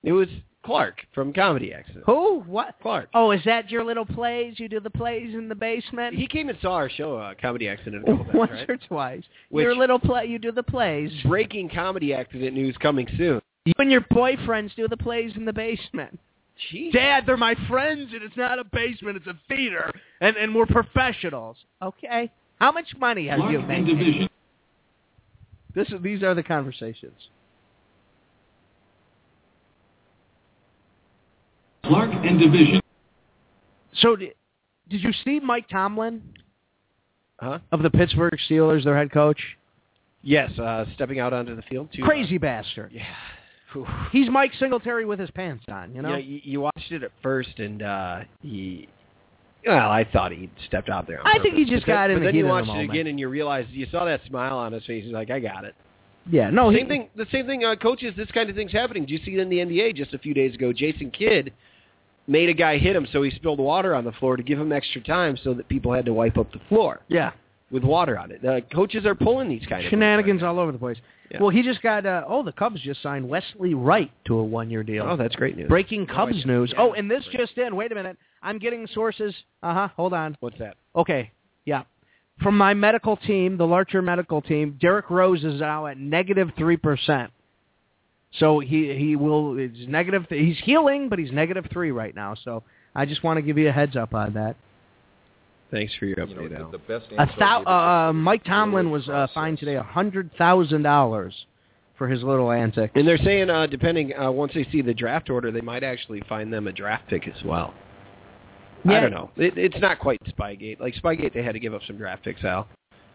Speaker 3: It was Clark from Comedy Accident.
Speaker 1: Who? What?
Speaker 3: Clark.
Speaker 1: Oh, is that your little plays? You do the plays in the basement?
Speaker 3: He came and saw our show, uh, Comedy Accident, a couple times,
Speaker 1: Once
Speaker 3: right?
Speaker 1: or twice.
Speaker 3: Which-
Speaker 1: your little play. You do the plays.
Speaker 3: Breaking comedy accident news coming soon.
Speaker 1: You and your boyfriends do the plays in the basement.
Speaker 3: Jeez.
Speaker 1: Dad, they're my friends, and it's not a basement; it's a theater, and and we're professionals. Okay. How much money have you made? This is, these are the conversations.
Speaker 6: Clark and Division.
Speaker 1: So, did, did you see Mike Tomlin
Speaker 3: Huh?
Speaker 1: of the Pittsburgh Steelers, their head coach?
Speaker 3: Yes, uh, stepping out onto the field too.
Speaker 1: Crazy bastard.
Speaker 3: yeah. Whew.
Speaker 1: He's Mike Singletary with his pants on. You know.
Speaker 3: Yeah, you, you watched it at first, and uh, he. Well, I thought he stepped out there. on
Speaker 1: I think he
Speaker 3: purpose,
Speaker 1: just
Speaker 3: but then-
Speaker 1: got in
Speaker 3: But
Speaker 1: the
Speaker 3: then
Speaker 1: heat
Speaker 3: you
Speaker 1: of the
Speaker 3: watched it
Speaker 1: moment.
Speaker 3: again, and you realize you saw that smile on his face. He's like, "I got it."
Speaker 1: Yeah, No. Oh,
Speaker 3: same
Speaker 1: he,
Speaker 3: thing. The same thing. Uh, coaches, this kind of thing's happening. Do you see it in the NBA just a few days ago? Jason Kidd made a guy hit him, so he spilled water on the floor to give him extra time, so that people had to wipe up the floor
Speaker 1: Yeah.
Speaker 3: with water on it. Uh, coaches are pulling these kind of things right
Speaker 1: Shenanigans
Speaker 3: now.
Speaker 1: all over the place.
Speaker 3: Yeah.
Speaker 1: Well, he just got. Uh, oh, the Cubs just signed Wesley Wright to a one-year deal.
Speaker 3: Oh, that's great news.
Speaker 1: Breaking
Speaker 3: No,
Speaker 1: Cubs
Speaker 3: it's-
Speaker 1: news.
Speaker 3: yeah.
Speaker 1: Oh, and this just in. Wait a minute. I'm getting sources. Uh huh. Hold on.
Speaker 3: What's that?
Speaker 1: Okay. Yeah. From my medical team, the Larcher medical team, Derek Rose is now at negative three percent. So he he will it's negative. He's healing, but he's negative three right now. So I just want to give you a heads up on that.
Speaker 3: Thanks for your update, Al.
Speaker 7: the best
Speaker 1: A thou- uh, uh, Mike Tomlin was uh, fined today a hundred thousand dollars for his little antics.
Speaker 3: And they're saying, uh, depending uh, once they see the draft order, they might actually find them a draft pick as well. I
Speaker 1: Yeah.
Speaker 3: don't know. It, it's not quite Spygate. Like Spygate, they had to give up some draft picks, Al.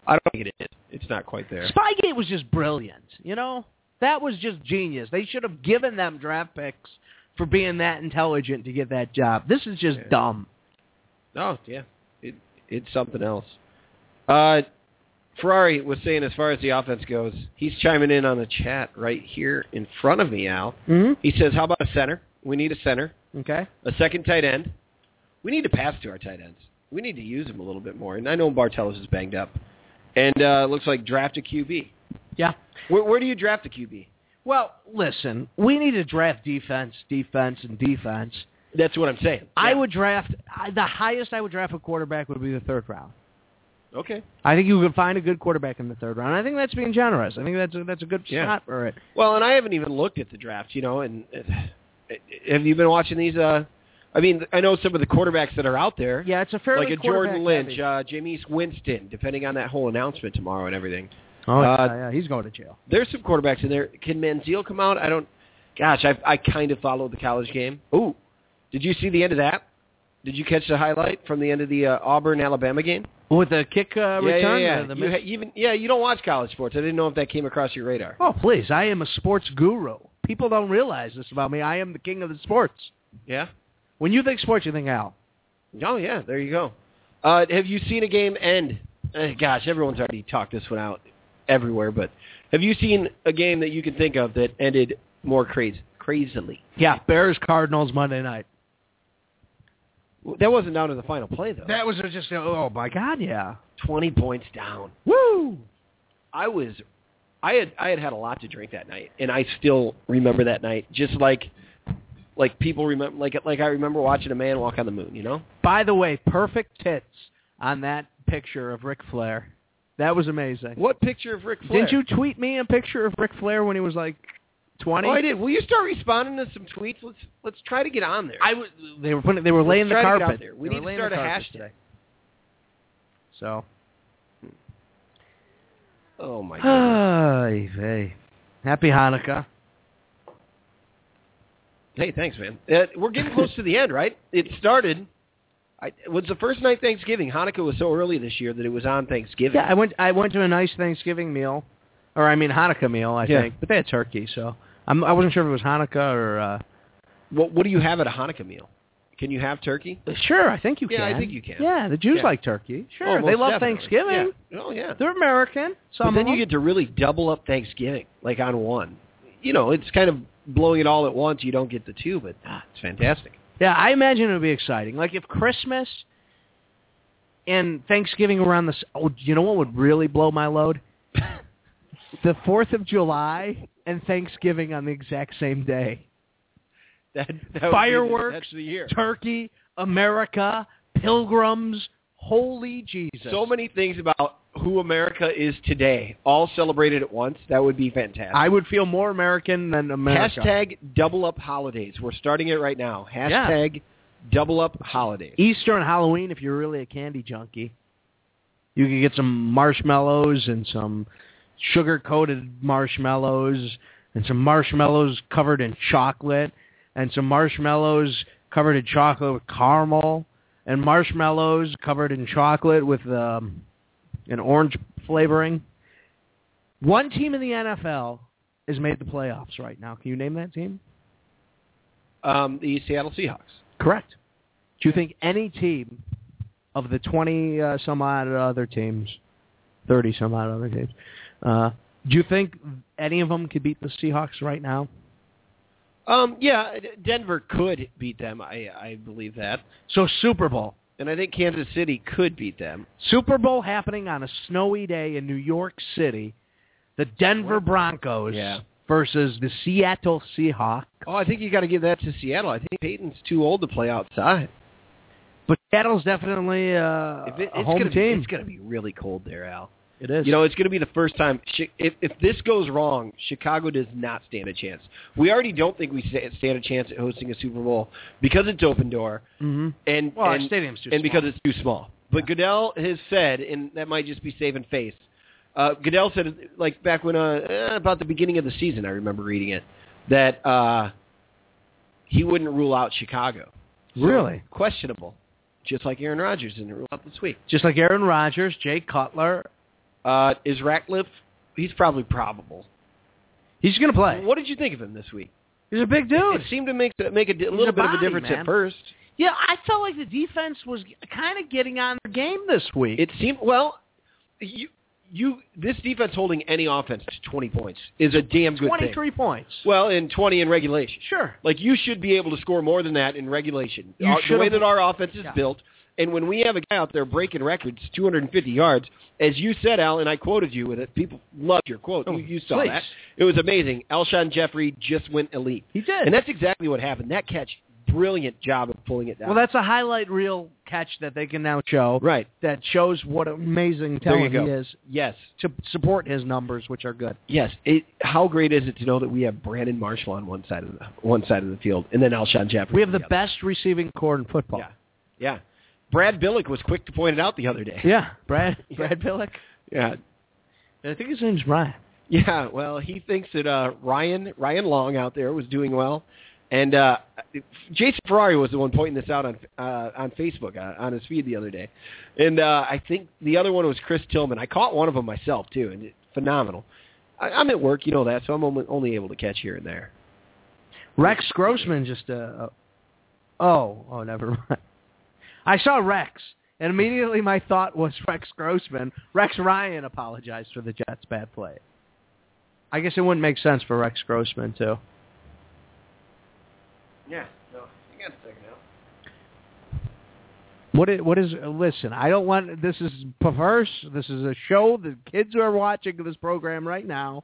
Speaker 3: I don't think it is. It's not quite there.
Speaker 1: Spygate was just brilliant, you know? That was just genius. They should have given them draft picks for being that intelligent to get that job. This is just
Speaker 3: Yeah.
Speaker 1: dumb.
Speaker 3: Oh yeah, it, it's something else. Uh, Ferrari was saying, as far as the offense goes, he's chiming in on the chat right here in front of me, Al.
Speaker 1: Mm-hmm.
Speaker 3: He says, "How about a center? We need a center,
Speaker 1: Okay.
Speaker 3: a second tight end. We need to pass to our tight ends. We need to use them a little bit more." And I know Bartellus is banged up, and uh, looks like draft a QB.
Speaker 1: Yeah.
Speaker 3: Where, where do you draft a QB?
Speaker 1: Well, listen, we need to draft defense, defense, and defense.
Speaker 3: That's what I'm saying.
Speaker 1: I
Speaker 3: Yeah.
Speaker 1: would draft, I, the highest I would draft a quarterback would be the third round.
Speaker 3: Okay.
Speaker 1: I think you could find a good quarterback in the third round. I think that's being generous. I think that's a, that's a good
Speaker 3: Yeah.
Speaker 1: spot for it.
Speaker 3: Well, and I haven't even looked at the draft, you know. And uh, have you been watching these? Uh, I mean, I know some of the quarterbacks that are out there,
Speaker 1: Yeah, it's a fairly
Speaker 3: like a Jordan Lynch, uh, Jameis Winston, depending on that whole announcement tomorrow and everything.
Speaker 1: oh,
Speaker 3: uh,
Speaker 1: yeah, yeah, he's going to jail.
Speaker 3: There's some quarterbacks in there. Can Manziel come out? I don't. Gosh, I I kind of followed the college game. Ooh, did you see the end of that? Did you catch the highlight from the end of the uh, Auburn Alabama game?
Speaker 1: With the kick uh,
Speaker 3: yeah, yeah,
Speaker 1: return,
Speaker 3: yeah.
Speaker 1: the- the
Speaker 3: you ha- even yeah, you don't watch college sports. I didn't know if that came across your radar.
Speaker 1: Oh, please. I am a sports guru. People don't realize this about me. I am the king of the sports.
Speaker 3: Yeah.
Speaker 1: When you think sports, you think Al.
Speaker 3: Oh yeah, there you go. Uh, have you seen a game end? Eh, gosh, everyone's already talked this one out everywhere, but have you seen a game that you can think of that ended more crazy, crazily?
Speaker 1: Yeah, Bears Cardinals Monday night.
Speaker 3: That wasn't down to the final play though.
Speaker 1: That was just oh my god, yeah.
Speaker 3: Twenty points down.
Speaker 1: Woo!
Speaker 3: I was, I had I had had a lot to drink that night, and I still remember that night just like like people remember like like I remember watching a man walk on the moon, you know?
Speaker 1: By the way, perfect tits on that picture of Ric Flair. That was amazing.
Speaker 3: What picture of Ric Flair?
Speaker 1: Didn't you tweet me a picture of Ric Flair when he was like twenty?
Speaker 3: Oh, I did. Will you start responding to some tweets? Let's let's try to get on there.
Speaker 1: I was. They were putting. They were laying the
Speaker 3: try to get
Speaker 1: carpet.
Speaker 3: out there. We
Speaker 1: They were
Speaker 3: need to
Speaker 1: laying the
Speaker 3: start a
Speaker 1: carpet
Speaker 3: hashtag.
Speaker 1: today. So.
Speaker 3: oh my god.
Speaker 1: Ay, vey. Happy Hanukkah.
Speaker 3: hey, thanks, man. Uh, we're getting close to the end, right? It started. I, it was the first night Thanksgiving. Hanukkah was so early this year that it was on Thanksgiving.
Speaker 1: Yeah, I went. I went to a nice Thanksgiving meal, or I mean Hanukkah meal, I
Speaker 3: Yeah.
Speaker 1: think. But they had turkey, so I'm, I wasn't sure if it was Hanukkah or. uh
Speaker 3: What What do you have at a Hanukkah meal? Can you have turkey?
Speaker 1: Sure, I think you
Speaker 3: Uh, Yeah,
Speaker 1: can.
Speaker 3: I think you can.
Speaker 1: Yeah, the Jews
Speaker 3: Yeah.
Speaker 1: like turkey. Sure,
Speaker 3: Oh, most
Speaker 1: they love
Speaker 3: definitely.
Speaker 1: Thanksgiving.
Speaker 3: Yeah. Oh yeah.
Speaker 1: They're American. Some
Speaker 3: But then
Speaker 1: of
Speaker 3: you
Speaker 1: them.
Speaker 3: get to really double up Thanksgiving, like on one. You know, it's kind of blowing it all at once. You don't get the two, but ah, it's fantastic.
Speaker 1: Yeah, I imagine it would be exciting. Like if Christmas and Thanksgiving were on the s oh, you know what would really blow my load? the Fourth of July and Thanksgiving on the exact same day.
Speaker 3: That, that would be the-
Speaker 1: Fireworks.
Speaker 3: That's the year.
Speaker 1: Turkey, America, pilgrims, holy Jesus!
Speaker 3: So many things about who America is today, all celebrated at once. That would be fantastic.
Speaker 1: I would feel more American than America.
Speaker 3: Hashtag double up holidays. We're starting it right now. Hashtag double up holidays.
Speaker 1: Easter and Halloween, if you're really a candy junkie, you could get some marshmallows and some sugar-coated marshmallows and some marshmallows covered in chocolate and some marshmallows covered in chocolate with caramel and marshmallows covered in chocolate with um, an orange flavoring. One team in the NFL has made the playoffs right now. Can you name that team?
Speaker 3: Um, the Seattle Seahawks.
Speaker 1: Correct. Do you think any team of the twenty uh, some odd other teams, thirty some odd other teams, uh, do you think any of them could beat the Seahawks right now?
Speaker 3: Um, yeah, D- Denver could beat them. I, I believe that,
Speaker 1: So Super Bowl,
Speaker 3: and I think Kansas City could beat them.
Speaker 1: Super Bowl happening on a snowy day in New York City, the Denver Broncos
Speaker 3: Yeah.
Speaker 1: versus the Seattle Seahawks.
Speaker 3: Oh, I think you got to give that to Seattle. I think Peyton's too old to play outside.
Speaker 1: But Seattle's definitely uh,
Speaker 3: If it,
Speaker 1: a
Speaker 3: it's
Speaker 1: home
Speaker 3: gonna Be,
Speaker 1: team.
Speaker 3: it's going to be really cold there, Al.
Speaker 1: it is.
Speaker 3: You know, it's going to be the first time. Chi- If, if this goes wrong, Chicago does not stand a chance. We already don't think we sta- stand a chance at hosting a Super Bowl because it's open door
Speaker 1: hmm
Speaker 3: and
Speaker 1: Well, our
Speaker 3: and,
Speaker 1: stadium's too
Speaker 3: and
Speaker 1: small.
Speaker 3: because it's too small. But Goodell has said, and that might just be saving face. Uh, Goodell said, like back when uh, eh, about the beginning of the season, I remember reading it that uh, he wouldn't rule out Chicago.
Speaker 1: Really?
Speaker 3: questionable, just like Aaron Rodgers didn't rule out this week.
Speaker 1: Just like Aaron Rodgers, Jay Cutler,
Speaker 3: Uh, is Ratcliffe? He's probably probable.
Speaker 1: he's going to play.
Speaker 3: What did you think of him this week?
Speaker 1: He's a big
Speaker 3: It
Speaker 1: dude.
Speaker 3: seemed to make make a di-
Speaker 1: He's
Speaker 3: little
Speaker 1: a
Speaker 3: bit of a
Speaker 1: body,
Speaker 3: difference
Speaker 1: man.
Speaker 3: at first.
Speaker 1: Yeah, I felt like the defense was kind of getting on their game this week.
Speaker 3: It seemed well. You you this defense holding any offense to twenty points is a damn good thing.
Speaker 1: 23 points.
Speaker 3: Well, and twenty in regulation.
Speaker 1: Sure.
Speaker 3: Like you should be able to score more than that in regulation.
Speaker 1: You
Speaker 3: Our- the
Speaker 1: should've-
Speaker 3: way that our offense is
Speaker 1: Yeah.
Speaker 3: built, and when we have a guy out there breaking records, 250 yards, as you said, Al, and I quoted you with it. People loved your quote.
Speaker 1: Oh,
Speaker 3: you, you saw
Speaker 1: please.
Speaker 3: that. It was amazing. Alshon Jeffrey just went elite,
Speaker 1: He did.
Speaker 3: and that's exactly what happened. That catch, brilliant job of pulling it down.
Speaker 1: well, that's a highlight reel catch that they can now show
Speaker 3: right.
Speaker 1: that shows what amazing
Speaker 3: There you
Speaker 1: talent he
Speaker 3: go.
Speaker 1: is
Speaker 3: Yes,
Speaker 1: to support his numbers, which are good.
Speaker 3: yes. It, how great is it to know that we have Brandon Marshall on one side of the one side of the field, and then Alshon Jeffrey.
Speaker 1: We have
Speaker 3: on
Speaker 1: the
Speaker 3: other.
Speaker 1: best receiving core in football.
Speaker 3: Yeah, yeah. Brad Billick was quick to point it out the other day.
Speaker 1: Yeah. Brad,
Speaker 3: Yeah.
Speaker 1: Brad Billick.
Speaker 3: Yeah,
Speaker 1: I think his name's Ryan.
Speaker 3: Yeah, well, he thinks that uh, Ryan Ryan Long out there was doing well, and uh, Jason Ferrari was the one pointing this out on uh, on Facebook uh, on his feed the other day, and uh, I think the other one was Chris Tillman. I caught one of them myself too, and it, phenomenal. I, I'm at work, you know that, so I'm only, only able to catch here and there.
Speaker 1: Rex Grossman just uh oh oh never mind. I saw Rex and immediately my thought was Rex Grossman. Rex Ryan apologized for the Jets bad play. I guess it wouldn't make sense for Rex Grossman too.
Speaker 3: Yeah, no, you got a second now.
Speaker 1: What is, what is listen, I don't want this is perverse. This is a show the kids are watching this program right now.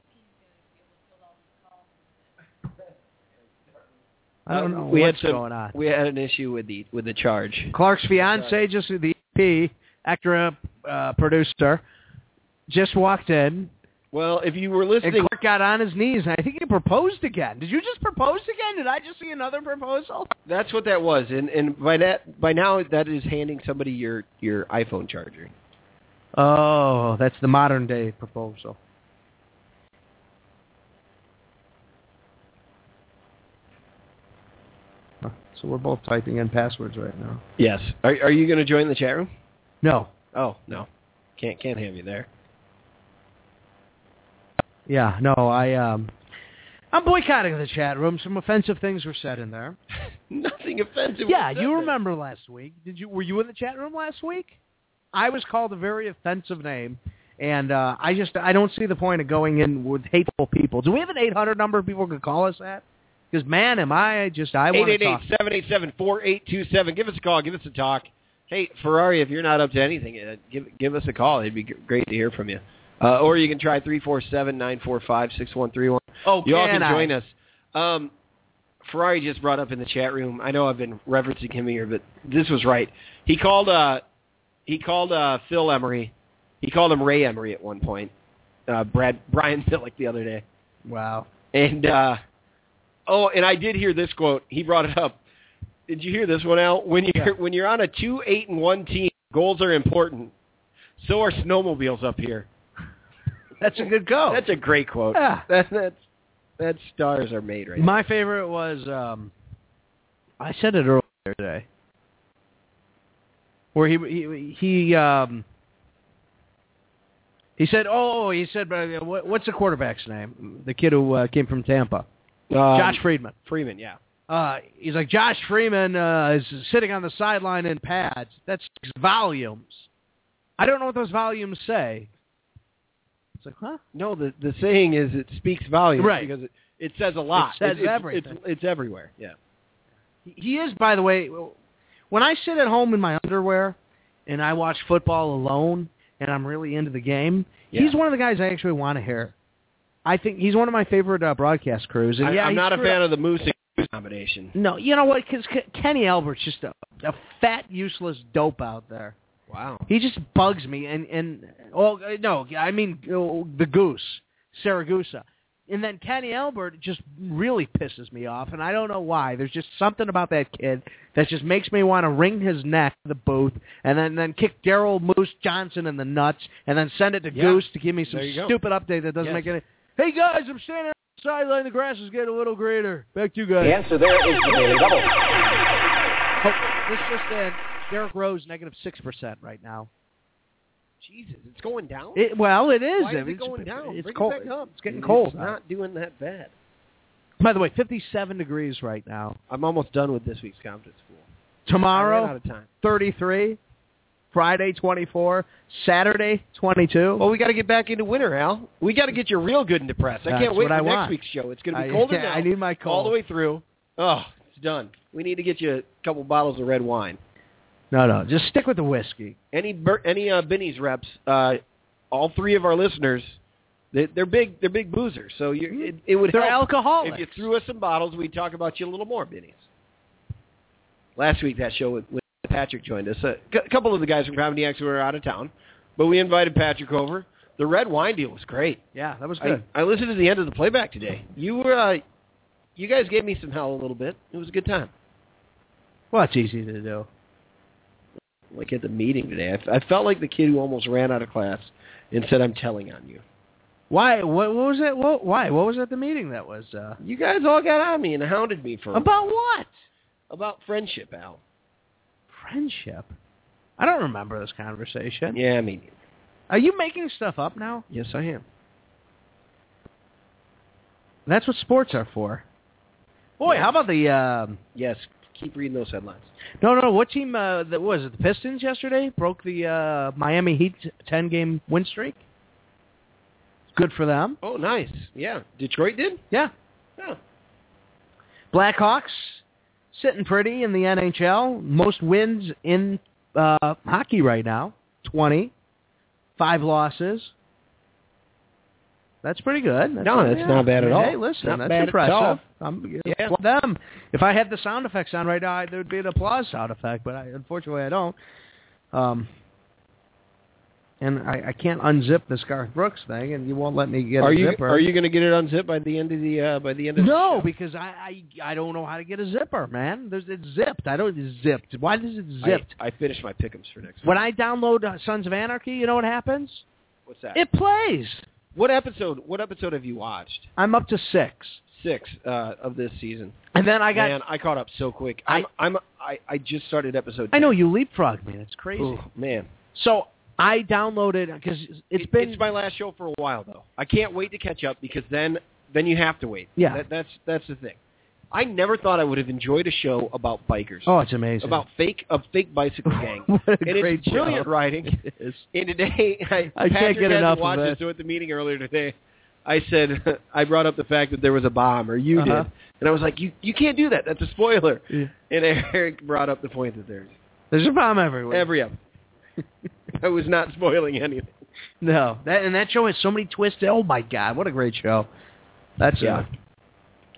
Speaker 1: I don't
Speaker 3: Uh,
Speaker 1: know
Speaker 3: we had
Speaker 1: what's
Speaker 3: some-
Speaker 1: going on.
Speaker 3: We had an issue with the with the charge.
Speaker 1: Clark's fiance, just the EP, actor, uh, producer, just walked in,
Speaker 3: Well, if you were
Speaker 1: and
Speaker 3: listening,
Speaker 1: Clark got on his knees, and I think he proposed again. Did you just propose again? Did I just see another proposal?
Speaker 3: that's what that was, and and by that by now that is handing somebody your your iPhone charger.
Speaker 1: Oh, that's the modern day proposal. Huh, So we're both typing in passwords right now.
Speaker 3: Yes. Are are you going to join the chat room?
Speaker 1: No.
Speaker 3: Oh no, can't can't have you there.
Speaker 1: Yeah, no, I um I'm boycotting the chat room. Some offensive things were said in there.
Speaker 3: Nothing offensive.
Speaker 1: Yeah,
Speaker 3: was
Speaker 1: you
Speaker 3: said.
Speaker 1: remember last week. Did you were you in the chat room last week? I was called a very offensive name and uh I just I don't see the point of going in with hateful people. Do we have an 800 number people could call us at? Cuz man, am I just I want to talk.
Speaker 3: 888-787-4827. Give us a call. Give us a talk. Hey, Ferrari, if you're not up to anything, uh, give give us a call. It'd be g- great to hear from you. Uh, or you can try 347-945-6131.
Speaker 1: Oh,
Speaker 3: You all can join us. Um, Ferrari just brought up in the chat room. I know I've been referencing him here, but this was right. He called uh, he called uh, Phil Emery. He called him Ray Emery at one point. Uh, Brad Brian Billick the other day.
Speaker 1: Wow.
Speaker 3: And uh, oh, and I did hear this quote. He brought it up. Did you hear this one, Al? When you're when you're on a two eight and one team, goals are important. So are snowmobiles up here.
Speaker 1: That's a good go.
Speaker 3: That's a great quote.
Speaker 1: Yeah.
Speaker 3: That that's that stars are made right.
Speaker 1: Ah. My favorite was um, I said it earlier today, where he he he um, he said, "Oh, he said, uh, what- what's the quarterback's name? The kid who uh, came from Tampa,
Speaker 3: now. Um,
Speaker 1: Josh Friedman."
Speaker 3: Freeman, yeah.
Speaker 1: Uh, he's like Josh Freeman uh, is sitting on the sideline in pads. That speaks volumes. I don't know what those volumes say. It's like, huh?
Speaker 3: No, the the saying is it speaks volumes
Speaker 1: Right.
Speaker 3: because it, it says a lot.
Speaker 1: says
Speaker 3: it's,
Speaker 1: everything.
Speaker 3: It's, it's everywhere. Yeah.
Speaker 1: He is, by the way. When I sit at home in my underwear and I watch football alone, and I'm really into the game,
Speaker 3: Yeah.
Speaker 1: he's one of the guys I actually want to hear. I think he's one of my favorite uh, broadcast crews. And
Speaker 3: I,
Speaker 1: yeah,
Speaker 3: I'm
Speaker 1: he
Speaker 3: not a
Speaker 1: screwed
Speaker 3: fan
Speaker 1: up.
Speaker 3: of the moose and goose combination.
Speaker 1: No, you know what? Because Kenny Albert's just a, a fat, useless dope out there.
Speaker 3: Wow.
Speaker 1: He just bugs me, and and oh no, I mean oh, the goose, Saragusa, and then Kenny Albert just really pisses me off, and I don't know why. There's just something about that kid that just makes me want to wring his neck in the booth, and then then kick Daryl Moose Johnson in the nuts, and then send it to
Speaker 3: Yeah.
Speaker 1: Goose to give me some
Speaker 3: There you go.
Speaker 1: stupid update that doesn't
Speaker 3: Yes.
Speaker 1: make any. Hey guys, I'm standing on the sideline. The grass is getting a little greener. Back to you guys.
Speaker 2: answer there is debated double.
Speaker 1: Oh, this just in: Derek Rose negative six percent right now.
Speaker 3: Jesus, it's going down.
Speaker 1: It, well, it is.
Speaker 3: Why is
Speaker 1: I mean,
Speaker 3: it going
Speaker 1: it's,
Speaker 3: down?
Speaker 1: It's
Speaker 3: Bring
Speaker 1: cold.
Speaker 3: it back up.
Speaker 1: It's getting cold.
Speaker 3: It's not doing that bad.
Speaker 1: By the way, 57 degrees right now.
Speaker 3: I'm almost done with this week's conference school. I ran out
Speaker 1: Tomorrow,
Speaker 3: of time.
Speaker 1: 33. Friday, 24. Saturday, 22.
Speaker 3: Well, we got to get back into winter, Al. We got to get you real good and depressed. I
Speaker 1: That's
Speaker 3: can't wait
Speaker 1: what I
Speaker 3: for next
Speaker 1: want.
Speaker 3: week's show. It's going to
Speaker 1: I-
Speaker 3: be colder
Speaker 1: yeah,
Speaker 3: now.
Speaker 1: I need my cold.
Speaker 3: all the way through. Oh, it's done. We need to get you a couple bottles of red wine.
Speaker 1: no, no, just stick with the whiskey.
Speaker 3: Any Bur- any uh, Benny's reps? Uh, all three of our listeners, they, they're big. They're big boozers. So you, it, it would
Speaker 1: They're
Speaker 3: help
Speaker 1: alcoholics.
Speaker 3: if you threw us some bottles. We'd talk about you a little more, Benny's. Last week that show with, with Patrick joined us. A cou- couple of the guys from Comedy who were out of town, but we invited Patrick over. The red wine deal was great.
Speaker 1: yeah, that was
Speaker 3: I,
Speaker 1: good.
Speaker 3: I listened to the end of the playback today. You were, uh, you guys gave me some hell a little bit. It was a good time.
Speaker 1: well, it's easy to do.
Speaker 3: Like at the meeting today, I, f- I felt like the kid who almost ran out of class and said, "I'm telling on you."
Speaker 1: Why? What, what was it? What, why? What was at the meeting that was? Uh,
Speaker 3: You guys all got on me and hounded me for
Speaker 1: about what?
Speaker 3: about friendship, Al.
Speaker 1: Friendship. I don't remember this conversation.
Speaker 3: Yeah, I mean,
Speaker 1: Are you making stuff up now?
Speaker 3: yes, I am.
Speaker 1: That's what sports are for. Boy, how about the um,
Speaker 3: Yes, keep reading those headlines.
Speaker 1: No, no. What team? Uh, that was it? The Pistons yesterday broke the uh, Miami Heat ten game win streak. Good for them.
Speaker 3: Oh, nice. Yeah, Detroit did.
Speaker 1: Yeah.
Speaker 3: Yeah.
Speaker 1: Blackhawks sitting pretty in the NHL. Most wins in uh, hockey right now. Twenty. Five losses. That's pretty good. That's
Speaker 3: No,
Speaker 1: pretty-
Speaker 3: that's not bad at
Speaker 1: I mean,
Speaker 3: all.
Speaker 1: Hey, listen,
Speaker 3: Not
Speaker 1: that's
Speaker 3: bad at all.
Speaker 1: impressive. I'm,
Speaker 3: Yeah.
Speaker 1: applaud them. If I had the sound effects on right now, I, there'd be an applause sound effect, but I, unfortunately, I don't. Um, and I, I can't unzip this Garth Brooks thing, and you won't let me get
Speaker 3: Are
Speaker 1: a
Speaker 3: you
Speaker 1: zipper.
Speaker 3: are you going to get it unzipped by the end of the uh, by the end of the
Speaker 1: No,
Speaker 3: show?
Speaker 1: because I, I I don't know how to get a zipper, man. There's it's zipped. I don't it's zipped. Why does it
Speaker 3: I-
Speaker 1: zipped?
Speaker 3: I, finished my pickups for next.
Speaker 1: when I download uh, Sons of Anarchy, you know what happens?
Speaker 3: week. What's that?
Speaker 1: It plays.
Speaker 3: what episode? What episode have you watched?
Speaker 1: I'm up to six,
Speaker 3: Six uh, of this season.
Speaker 1: and then I got.
Speaker 3: Man, I caught up so quick.
Speaker 1: I-
Speaker 3: I'm I'm I, I just started episode.
Speaker 1: I know you leapfrogged me. That's crazy.
Speaker 3: Ooh, man,
Speaker 1: So I downloaded because it's
Speaker 3: It-
Speaker 1: been
Speaker 3: it's my last show for a while though. I can't wait to catch up because then then you have to wait.
Speaker 1: Yeah.
Speaker 3: That, that's that's the thing. I never thought I would have enjoyed a show about bikers.
Speaker 1: oh, it's amazing.
Speaker 3: About fake a fake bicycle gang.
Speaker 1: what a
Speaker 3: and
Speaker 1: great
Speaker 3: it's brilliant
Speaker 1: show.
Speaker 3: riding.
Speaker 1: It is.
Speaker 3: And today, I,
Speaker 1: I can't
Speaker 3: Patrick
Speaker 1: get
Speaker 3: had
Speaker 1: enough of
Speaker 3: to watch
Speaker 1: that.
Speaker 3: us. So at the meeting earlier today, I said I brought up the fact that there was a bomb, or you
Speaker 1: Uh-huh.
Speaker 3: did, and I was like, "You you can't do that. That's a spoiler."
Speaker 1: Yeah.
Speaker 3: And Eric brought up the point that there's
Speaker 1: There's a bomb everywhere.
Speaker 3: every episode. I was not spoiling anything.
Speaker 1: no, that and that show has so many twists. Oh my god, what a great show! That's uh,
Speaker 3: Yeah.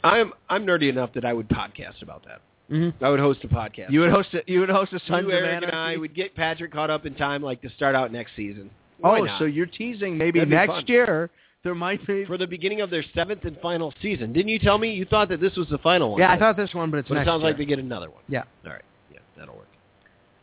Speaker 3: I'm I'm nerdy enough that I would podcast about that.
Speaker 1: A, Mhm.
Speaker 3: I would host a podcast.
Speaker 1: You would host a, you would host a Sons
Speaker 3: You,
Speaker 1: of
Speaker 3: Eric, and
Speaker 1: Anarchy?
Speaker 3: I would get Patrick caught up in time, like to start out next season. Why
Speaker 1: oh,
Speaker 3: not?
Speaker 1: so you're teasing maybe
Speaker 3: That'd be
Speaker 1: next
Speaker 3: fun.
Speaker 1: year there might be.
Speaker 3: for the beginning of their seventh and final season, didn't you tell me you thought that this was the final one?
Speaker 1: yeah, I thought this one, but it's
Speaker 3: But it
Speaker 1: next
Speaker 3: sounds
Speaker 1: year.
Speaker 3: like they get another one.
Speaker 1: Yeah.
Speaker 3: All right. Yeah, that'll work.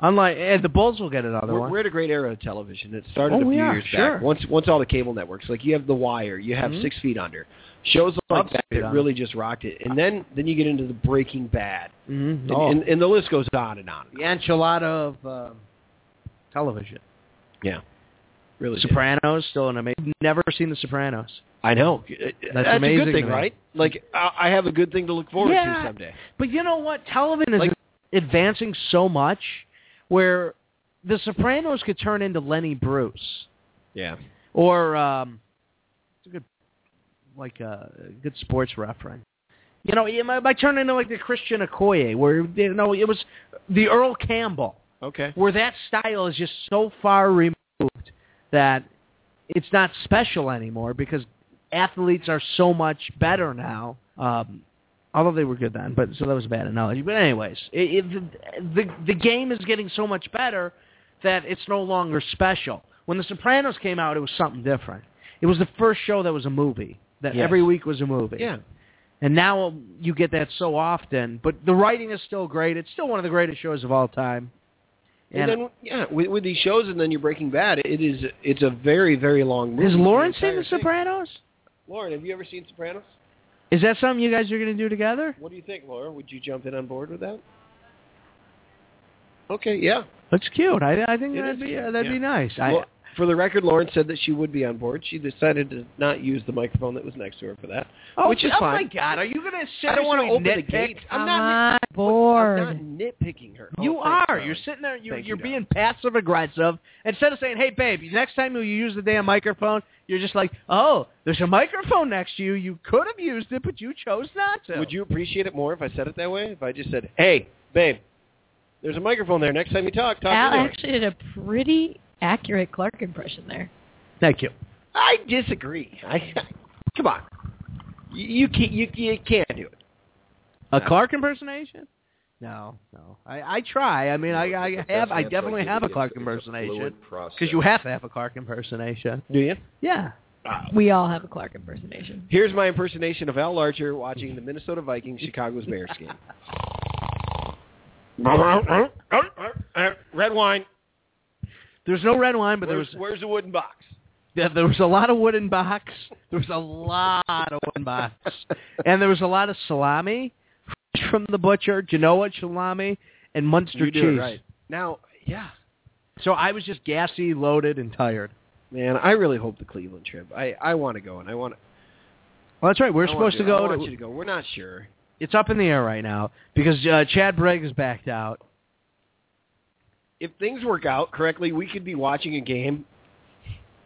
Speaker 1: Unlike and the Bulls will get another
Speaker 3: We're,
Speaker 1: one.
Speaker 3: we're at a great era of television. It started
Speaker 1: Oh,
Speaker 3: a few
Speaker 1: we are,
Speaker 3: years
Speaker 1: sure.
Speaker 3: back. Once once all the cable networks, like you have The Wire, you have
Speaker 1: Mhm.
Speaker 3: Six Feet Under, shows like
Speaker 1: Love
Speaker 3: that
Speaker 1: Six Feet
Speaker 3: that
Speaker 1: Under.
Speaker 3: really just rocked it. And then then you get into the Breaking Bad,
Speaker 1: Mhm.
Speaker 3: and,
Speaker 1: Oh.
Speaker 3: and, and the list goes on and on.
Speaker 1: the enchilada of um television. Oh,
Speaker 3: really. did.
Speaker 1: Sopranos still an amazing. Never seen The Sopranos.
Speaker 3: I know. That's, a
Speaker 1: amazing
Speaker 3: good
Speaker 1: to
Speaker 3: thing,
Speaker 1: me.
Speaker 3: right? Like I, I have a good thing to look forward
Speaker 1: Yeah.
Speaker 3: to someday.
Speaker 1: But you know what? Television is
Speaker 3: Like-
Speaker 1: advancing so much where The Sopranos could turn into Lenny Bruce
Speaker 3: Yeah.
Speaker 1: or um, it's a good like a good sports reference. You know, it might, might turn into like the Christian Okoye, where you know it was the Earl Campbell,
Speaker 3: Okay.
Speaker 1: where that style is just so far removed that it's not special anymore because athletes are so much better now. Um, although they were good then, but so that was a bad analogy. But anyways, it, it, the the game is getting so much better that it's no longer special. When The Sopranos came out, it was something different. It was the first show that was a movie. That
Speaker 3: Yes.
Speaker 1: every week was a movie.
Speaker 3: Yeah.
Speaker 1: And now you get that so often, but the writing is still great. It's still one of the greatest shows of all time.
Speaker 3: And, then yeah, with, with these shows, and then you're Breaking Bad. It is it's a very very long. Movie.
Speaker 1: Is Lauren
Speaker 3: The
Speaker 1: seen
Speaker 3: entire
Speaker 1: The
Speaker 3: thing.
Speaker 1: Sopranos?
Speaker 3: Lauren, have you ever seen Sopranos?
Speaker 1: Is that something you guys are going to do together?
Speaker 3: What do you think, Laura? Would you jump in on board with that? Okay, yeah.
Speaker 1: That's cute. I, I think
Speaker 3: It
Speaker 1: that'd
Speaker 3: is
Speaker 1: be
Speaker 3: cute,
Speaker 1: uh, that'd
Speaker 3: yeah.
Speaker 1: be nice.
Speaker 3: Well, for the record, Lauren said that she would be on board. She decided to not use the microphone that was next to her for that,
Speaker 1: I, oh,
Speaker 3: which is
Speaker 1: oh my
Speaker 3: fine.
Speaker 1: God! Are you going to sit?
Speaker 3: I don't
Speaker 1: want
Speaker 3: wanna
Speaker 1: to
Speaker 3: open the gates. I'm not I'm not nitpicking her.
Speaker 1: You
Speaker 3: Oh,
Speaker 1: are.
Speaker 3: thanks, Darling.
Speaker 1: You're sitting there. You're,
Speaker 3: Thank you,
Speaker 1: you're
Speaker 3: darling.
Speaker 1: being passive aggressive. Instead of saying, "Hey, babe, next time you use the damn microphone," you're just like, "Oh, there's a microphone next to you. You could have used it, but you chose not to."
Speaker 3: Would you appreciate it more if I said it that way? If I just said, "Hey, babe, there's a microphone there. Next time you talk, talk
Speaker 2: Al
Speaker 3: to me."
Speaker 2: actually did a pretty accurate Clark impression there.
Speaker 1: Thank you.
Speaker 3: I disagree. I come on. You, you can't. You, you can't do it.
Speaker 1: A Clark impersonation? No, no. I, I try. I mean, I, I have. I definitely have a Clark impersonation because you have to have a Clark impersonation.
Speaker 3: Do you?
Speaker 1: Yeah.
Speaker 2: We all have a Clark impersonation.
Speaker 3: Here's my impersonation of Al Larcher watching the Minnesota Vikings Chicago's Bears game. Red wine.
Speaker 1: There's no red wine, but there was
Speaker 3: where's, where's the wooden box?
Speaker 1: Yeah, there was a lot of wooden box. There was a lot of wooden box, and there was a lot of salami fresh from the butcher, Genoa salami, and Munster
Speaker 3: You do it
Speaker 1: cheese.
Speaker 3: right. Now, yeah,
Speaker 1: So I was just gassy, loaded, and tired.
Speaker 3: man, I really hope the Cleveland trip. I I want to go and I want.
Speaker 1: Well, that's right. We're supposed to
Speaker 3: I
Speaker 1: go.
Speaker 3: want
Speaker 1: To,
Speaker 3: you to go. We're not sure.
Speaker 1: it's up in the air right now because uh, Chad Briggs is backed out.
Speaker 3: If things work out correctly, we could be watching a game,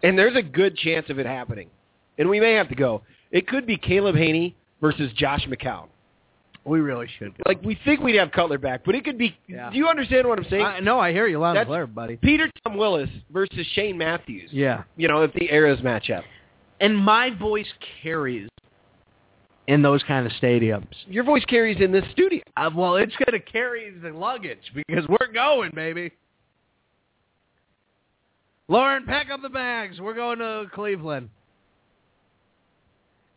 Speaker 3: and there's a good chance of it happening, and we may have to go. It could be Caleb Haney versus Josh McCown.
Speaker 1: We really should. Go.
Speaker 3: Like we think we'd have Cutler back, but it could be.
Speaker 1: Yeah.
Speaker 3: Do you understand what I'm saying?
Speaker 1: I, no, I hear you loud and
Speaker 3: That's-
Speaker 1: clear, buddy.
Speaker 3: Peter Tom Willis versus Shane Matthews.
Speaker 1: Yeah.
Speaker 3: You know, if the eras match up.
Speaker 1: and my voice carries in those kind of stadiums.
Speaker 3: Your voice carries in this studio.
Speaker 1: Uh, well, it's going to carry the luggage because we're going, baby. Lauren, pack up the bags. We're going to Cleveland.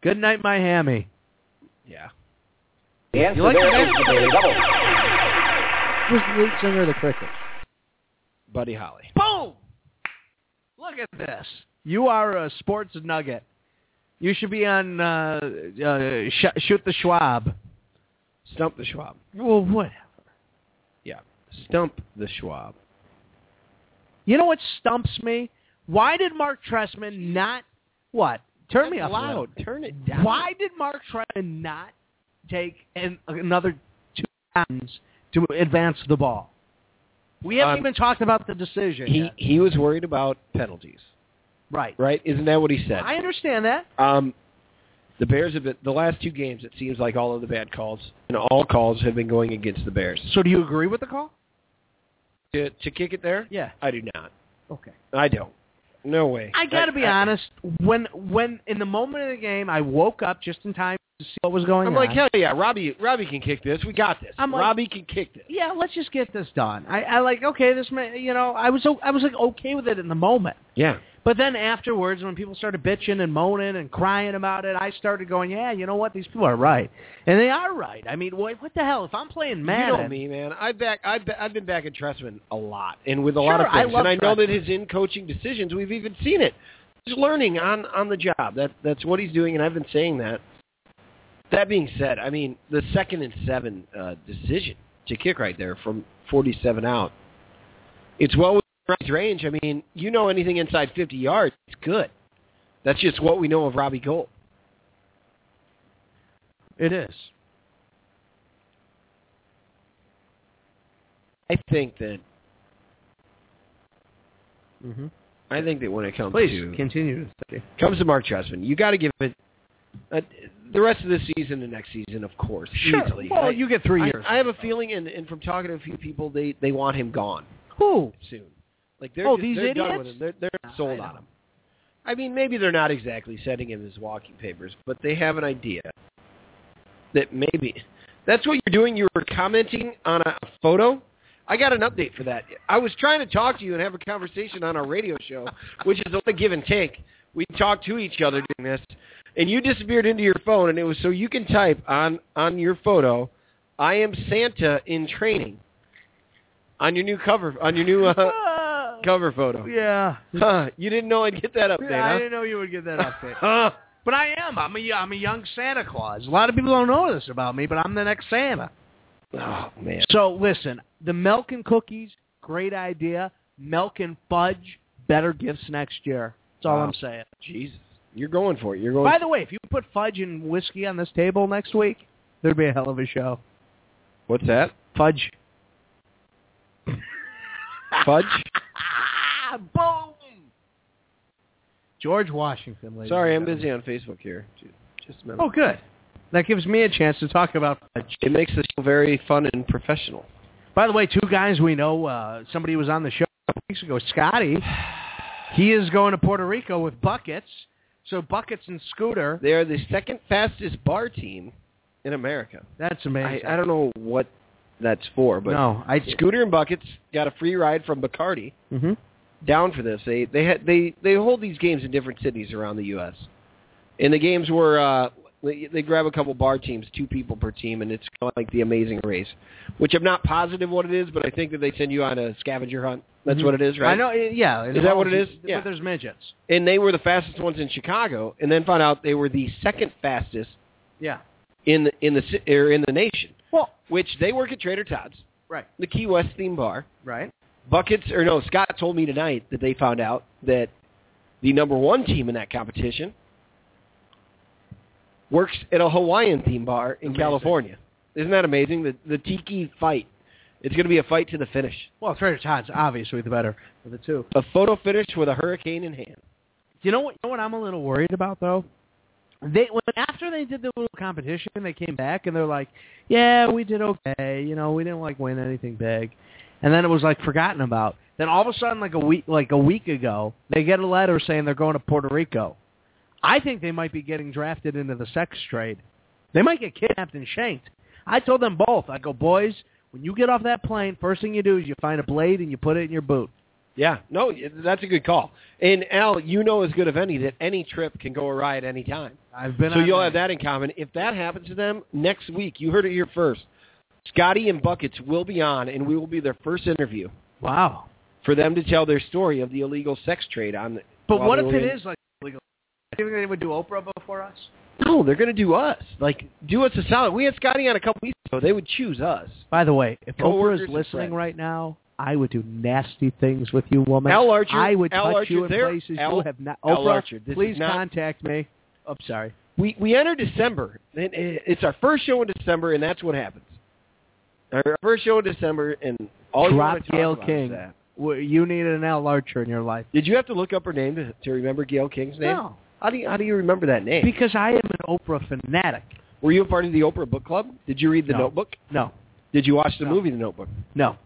Speaker 1: Good night, Miami.
Speaker 3: Yeah.
Speaker 8: The answer
Speaker 1: You like
Speaker 8: there
Speaker 1: the
Speaker 8: is the Daily Double.
Speaker 1: Who's the lead singer of the Crickets?
Speaker 3: Buddy Holly.
Speaker 1: Boom! Look at this. You are a sports nugget. You should be on uh, uh, sh- Shoot the Schwab.
Speaker 3: Stump the Schwab.
Speaker 1: Well, what?
Speaker 3: Yeah. Stump the Schwab.
Speaker 1: You know what stumps me? Why did Mark Tressman not what? Turn me up a little.
Speaker 3: loud. Turn it down.
Speaker 1: Why did Mark Tressman not take an, another two downs to advance the ball? We haven't
Speaker 3: Um,
Speaker 1: even talked about the decision.
Speaker 3: He
Speaker 1: yet.
Speaker 3: he was worried about penalties,
Speaker 1: right.
Speaker 3: right? Isn't that what he said?
Speaker 1: I understand that.
Speaker 3: Um, the Bears have been the last two games. It seems like all of the bad calls and all calls have been going against the Bears.
Speaker 1: So do you agree with the call?
Speaker 3: To to kick it there,
Speaker 1: Yeah.
Speaker 3: I do not.
Speaker 1: Okay.
Speaker 3: I don't. No way.
Speaker 1: I got to be honest. When when in the moment of the game, I woke up just in time to see what was going
Speaker 3: I'm
Speaker 1: on.
Speaker 3: like hell yeah, Robbie. Robbie can kick this. We got this.
Speaker 1: I'm like-
Speaker 3: Robbie can kick this.
Speaker 1: yeah, let's just get this done. I, I like okay, this may, you know, I was o- I was like okay with it in the moment.
Speaker 3: Yeah.
Speaker 1: But then afterwards, when people started bitching and moaning and crying about it, I started going, yeah, you know what? These people are right. And they are right. I mean, what, what the hell? If I'm playing Madden,
Speaker 3: You know me, man. I back. I've been, I've been back in Tressman a lot, and with a
Speaker 1: Sure,
Speaker 3: lot of
Speaker 1: I
Speaker 3: things.
Speaker 1: love
Speaker 3: and I know that
Speaker 1: Trestman.
Speaker 3: his in coaching decisions, we've even seen it. He's learning on on the job. That that's what he's doing, and I've been saying that. That being said, I mean the second and seven uh, decision to kick right there from forty seven out. It's well within Robbie's range. I mean, you know anything inside fifty yards, it's good. That's just what we know of Robbie Gold.
Speaker 1: it is.
Speaker 3: I think that
Speaker 1: Mm-hmm.
Speaker 3: I think that when it comes to
Speaker 1: Please continue. to study.
Speaker 3: comes to Mark Trestman, you got to give it uh, the rest of this season and next season, of course, easily.
Speaker 1: Well,
Speaker 3: I-
Speaker 1: you get three
Speaker 3: I,
Speaker 1: years.
Speaker 3: I have a feeling, and, and from talking to a few people, they they want him gone
Speaker 1: Who?
Speaker 3: soon. Like they're
Speaker 1: Oh,
Speaker 3: just-
Speaker 1: these
Speaker 3: they're done
Speaker 1: idiots? Ah,
Speaker 3: with him. They're, they're
Speaker 1: I
Speaker 3: sold
Speaker 1: know.
Speaker 3: on him. I mean, maybe they're not exactly setting him as walking papers, but they have an idea that maybe that's what you're doing. You were commenting on a photo. I got an update for that. I was trying to talk to you and have a conversation on our radio show, which is a lot of give and take. We talk to each other doing this, and you disappeared into your phone, and it was so you can type on on your photo, "I am Santa in training." On your new cover, on your new uh,
Speaker 1: Uh,
Speaker 3: cover photo.
Speaker 1: yeah.
Speaker 3: Huh, you didn't know I'd get that update,
Speaker 1: I
Speaker 3: huh?
Speaker 1: didn't know you would get that update.
Speaker 3: Huh.
Speaker 1: But I am. I'm a, I'm a young Santa Claus. A lot of people don't know this about me, but I'm the next Santa.
Speaker 3: Oh man.
Speaker 1: So listen, the milk and cookies, great idea. Milk and fudge, better gifts next year. That's all
Speaker 3: Wow.
Speaker 1: I'm saying.
Speaker 3: Jesus. You're going for it. You're going
Speaker 1: By the way, if you put fudge and whiskey on this table next week, there'd be a hell of a show.
Speaker 3: What's that?
Speaker 1: Fudge.
Speaker 3: Fudge?
Speaker 1: Boom. George Washington, ladies.
Speaker 3: Sorry, I'm
Speaker 1: and
Speaker 3: busy on Facebook here. Just a minute.
Speaker 1: gentlemen. Oh, good. That gives me a chance to talk about fudge.
Speaker 3: It makes the show very fun and professional.
Speaker 1: By the way, two guys we know, uh, somebody was on the show a couple weeks ago, Scotty. He is going to Puerto Rico with buckets. So buckets and scooter.
Speaker 3: They are the second fastest bar team in America.
Speaker 1: That's
Speaker 3: I,
Speaker 1: amazing.
Speaker 3: I don't know what that's for, but
Speaker 1: no, I
Speaker 3: Scooter and Buckets got a free ride from Bacardi
Speaker 1: Mm-hmm.
Speaker 3: down for this. They they had they they hold these games in different cities around the U.S. And the games were uh, they they grab a couple bar teams, two people per team, and it's kind of like the Amazing Race, which I'm not positive what it is, but I think that they send you on a scavenger hunt. That's what it is, right?
Speaker 1: Mm-hmm. I know. it- Yeah.
Speaker 3: Is that what it is?
Speaker 1: But
Speaker 3: Yeah.
Speaker 1: there's midgets.
Speaker 3: And they were the fastest ones in Chicago, and then found out they were the second fastest
Speaker 1: Yeah.
Speaker 3: in the in the ci- or in the nation,
Speaker 1: Well,
Speaker 3: which they work at Trader Todd's,
Speaker 1: Right.
Speaker 3: The Key West theme bar.
Speaker 1: right.
Speaker 3: Buckets or no, Scott told me tonight that they found out that the number one team in that competition works at a Hawaiian theme bar in
Speaker 1: Amazing.
Speaker 3: California. Isn't that amazing? The the tiki fight. It's gonna be a fight to the finish.
Speaker 1: Well, Trader Todd's obviously the better of the two.
Speaker 3: A photo finish with a hurricane in hand.
Speaker 1: You know what? You know what I'm a little worried about though. They when after they did the little competition, they came back and they're like, "Yeah, we did okay. You know, we didn't like win anything big." And then it was like forgotten about. Then all of a sudden, like a week like a week ago, they get a letter saying they're going to Puerto Rico. I think they might be getting drafted into the sex trade. They might get kidnapped and shanked. I told them both. I go, boys, when you get off that plane, first thing you do is you find a blade and you put it in your boot.
Speaker 3: Yeah, no, that's a good call. And Al, you know as good of any that any trip can go awry at any time.
Speaker 1: I've been.
Speaker 3: So
Speaker 1: on
Speaker 3: you'll have that in common. If that happens to them next week, you heard it here first. Scotty and Buckets will be on, and we will be their first interview
Speaker 1: Wow.
Speaker 3: for them to tell their story of the illegal sex trade. On
Speaker 1: But
Speaker 3: while
Speaker 1: what
Speaker 3: they
Speaker 1: if
Speaker 3: were
Speaker 1: it
Speaker 3: in-
Speaker 1: is like illegal? Do you think they would do Oprah before us?
Speaker 3: No, they're going to do us. Like do us a solid. We had Scotty on a couple weeks ago. They would choose us.
Speaker 1: By the way, if Oprah
Speaker 3: Coworkers
Speaker 1: is
Speaker 3: and
Speaker 1: listening
Speaker 3: friends.
Speaker 1: right now, I would do nasty things with you, woman.
Speaker 3: Al Archer-
Speaker 1: I would
Speaker 3: Al
Speaker 1: touch
Speaker 3: Archer,
Speaker 1: you in
Speaker 3: there-
Speaker 1: places
Speaker 3: Al-
Speaker 1: you have not.
Speaker 3: Al
Speaker 1: Oprah,
Speaker 3: Archer, this is
Speaker 1: please
Speaker 3: not-
Speaker 1: contact me. I'm sorry.
Speaker 3: We we enter December. and it- It's our first show in December, and that's what happens. Our first show in December, and all Oh, you
Speaker 1: Drop
Speaker 3: want to talk
Speaker 1: Gail
Speaker 3: about is
Speaker 1: King.
Speaker 3: that.
Speaker 1: W- You need an Al Archer in your life.
Speaker 3: Did you have to look up her name to, to remember Gail King's name?
Speaker 1: No,
Speaker 3: How do you how do you remember that name?
Speaker 1: because I am an Oprah fanatic.
Speaker 3: Were you a part of the Oprah Book Club? Did you read The
Speaker 1: No.
Speaker 3: Notebook?
Speaker 1: No,
Speaker 3: Did you watch the
Speaker 1: No.
Speaker 3: movie The Notebook?
Speaker 1: no.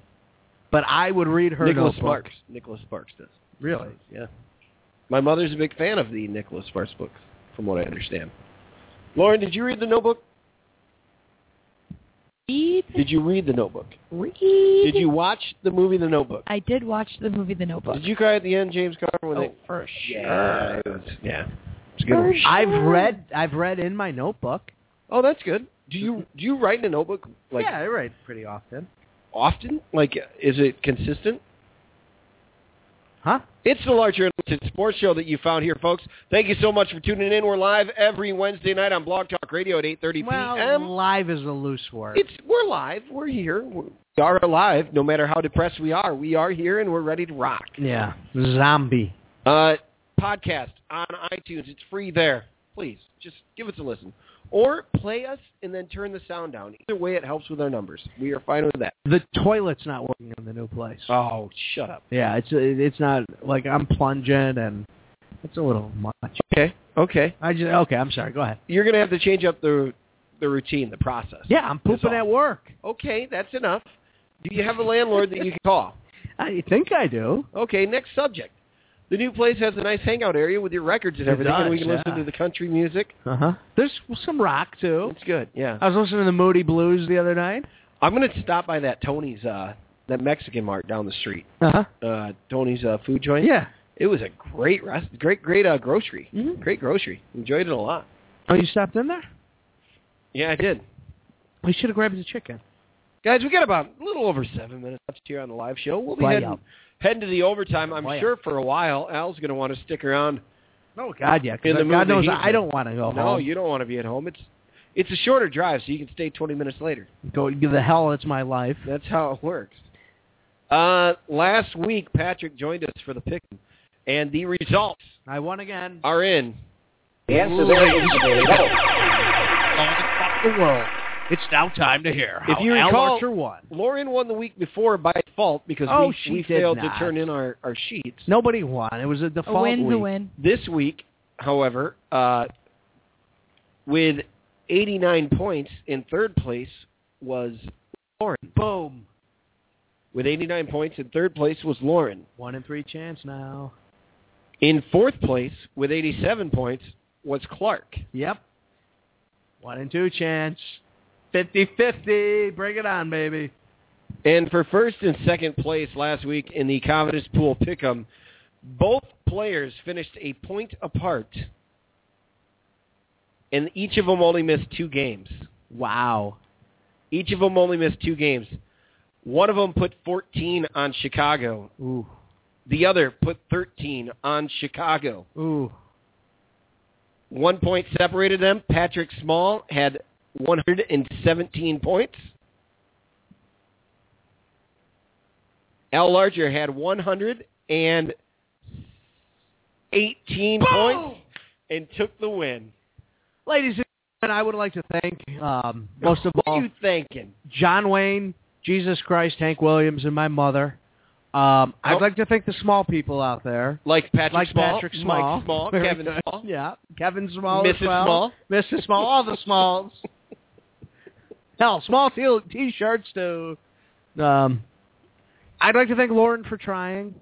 Speaker 1: But I would read her
Speaker 3: Nicholas
Speaker 1: notebook.
Speaker 3: Sparks. Nicholas Sparks does.
Speaker 1: Really?
Speaker 3: Yeah. My mother's a big fan of the Nicholas Sparks books, from what I understand. Lauren, did you read The Notebook?
Speaker 2: Read,
Speaker 3: Did you read The Notebook?
Speaker 2: read.
Speaker 3: Did you watch the movie The Notebook?
Speaker 2: I did watch the movie The Notebook.
Speaker 3: Did you cry at the end, James Carver? When
Speaker 2: Oh,
Speaker 3: they...
Speaker 2: for
Speaker 3: Yeah. it was- Yeah. It's a good one.
Speaker 2: For
Speaker 1: I've
Speaker 2: sure.
Speaker 1: read. I've read in my notebook.
Speaker 3: Oh, that's good. Do you do you write in a notebook like
Speaker 1: yeah, I read pretty often.
Speaker 3: often? Like, is it consistent?
Speaker 1: Huh?
Speaker 3: It's the larger Unlimited sports show that you found here, folks. Thank you so much for tuning in. We're live every Wednesday night on Blog Talk Radio at 8.30
Speaker 1: Well,
Speaker 3: p.m.
Speaker 1: live is a loose word.
Speaker 3: It's, we're live. We're here. We are alive, no matter how depressed we are. We are here, and we're ready to rock.
Speaker 1: yeah, zombie.
Speaker 3: Uh, podcast on iTunes. It's free there. Please, just give us a listen. Or play us and then turn the sound down. Either way, it helps with our numbers. We are fine with that.
Speaker 1: The toilet's not working in the new place.
Speaker 3: Oh, shut up.
Speaker 1: Yeah, it's it's not like I'm plunging and it's a little much.
Speaker 3: Okay, okay.
Speaker 1: I just okay. I'm sorry. Go ahead.
Speaker 3: You're going to have to change up the, the routine, the process.
Speaker 1: Yeah, I'm pooping
Speaker 3: all.
Speaker 1: at work.
Speaker 3: Okay, that's enough. Do you have a landlord that you can call?
Speaker 1: I think I do.
Speaker 3: Okay, next subject. The new place has a nice hangout area with your records and
Speaker 1: It
Speaker 3: everything, and we
Speaker 1: does,
Speaker 3: can
Speaker 1: yeah.
Speaker 3: listen to the country music.
Speaker 1: Uh huh. There's some rock too.
Speaker 3: It's Uh-huh. good, yeah.
Speaker 1: I was listening to the Moody Blues the other night.
Speaker 3: I'm going to stop by that Tony's, uh, that Mexican mart down the street.
Speaker 1: Uh huh.
Speaker 3: Uh, Tony's uh, food joint.
Speaker 1: Oh, Yeah.
Speaker 3: It was a great rest, great, great uh, grocery.
Speaker 1: Mhm.
Speaker 3: Great grocery. Enjoyed it a lot.
Speaker 1: Oh, you stopped in there?
Speaker 3: Yeah, I did.
Speaker 1: We should have grabbed the chicken.
Speaker 3: Guys, we got about a little over seven minutes left here on the live show. We'll be
Speaker 1: Way
Speaker 3: heading,
Speaker 1: up.
Speaker 3: heading to the overtime. I'm
Speaker 1: Way up.
Speaker 3: sure for a while Al's going to want to stick around
Speaker 1: Oh God, yeah. 'cause
Speaker 3: In the
Speaker 1: God
Speaker 3: mood that
Speaker 1: knows
Speaker 3: he's
Speaker 1: I
Speaker 3: in.
Speaker 1: don't want to go
Speaker 3: no,
Speaker 1: home.
Speaker 3: you don't want to be at home. It's it's a shorter drive, so you can stay 20 minutes later.
Speaker 1: Go the hell. It's my life.
Speaker 3: That's how it works. Uh, last week, Patrick joined us for the pick, and the results
Speaker 1: I won again.
Speaker 3: are in.
Speaker 5: The answer there is no.
Speaker 1: the world. It's now time to hear
Speaker 3: If
Speaker 1: how
Speaker 3: you
Speaker 1: Al
Speaker 3: recall-
Speaker 1: Archer won.
Speaker 3: Lauren won the week before by default because
Speaker 1: Oh,
Speaker 3: we,
Speaker 1: she
Speaker 3: we
Speaker 1: did
Speaker 3: failed
Speaker 1: not.
Speaker 3: to turn in our, our sheets.
Speaker 1: Nobody won. It was a
Speaker 2: A
Speaker 1: default
Speaker 2: win's
Speaker 1: week.
Speaker 2: a win.
Speaker 3: This week, however, uh, with 89 points in third place was Lauren.
Speaker 1: Boom.
Speaker 3: With 89 points in third place was Lauren.
Speaker 1: One in three chance now.
Speaker 3: In fourth place with 87 points was Clark.
Speaker 1: Yep. One in two chance. 50-50. Bring it on, baby.
Speaker 3: And for first and second place last week in the Confidence Pool Pick'em, both players finished a point apart, and each of them only missed two games.
Speaker 1: Wow.
Speaker 3: Each of them only missed two games. One of them put 14 on Chicago.
Speaker 1: Ooh.
Speaker 3: The other put 13 on Chicago.
Speaker 1: Ooh.
Speaker 3: One point separated them. Patrick Small had 117 points. Al Larger had 118 points and took the win.
Speaker 1: Ladies and gentlemen, I would like to thank, um, most of
Speaker 3: Who
Speaker 1: all,
Speaker 3: are you thinking?
Speaker 1: John Wayne, Jesus Christ, Hank Williams, and my mother. Um, I'd
Speaker 3: Oh.
Speaker 1: like to thank the small people out there.
Speaker 3: Like Patrick
Speaker 1: Like
Speaker 3: Small,
Speaker 1: Patrick Small.
Speaker 3: Mike Small,
Speaker 1: Very
Speaker 3: Kevin
Speaker 1: good.
Speaker 3: Small,
Speaker 1: Yeah. Kevin Small as
Speaker 3: Mrs.
Speaker 1: well.
Speaker 3: Small.
Speaker 1: Mrs. Small, all the smalls. Hell, small t- t-shirts too. Um, I'd like to thank Lauren for trying.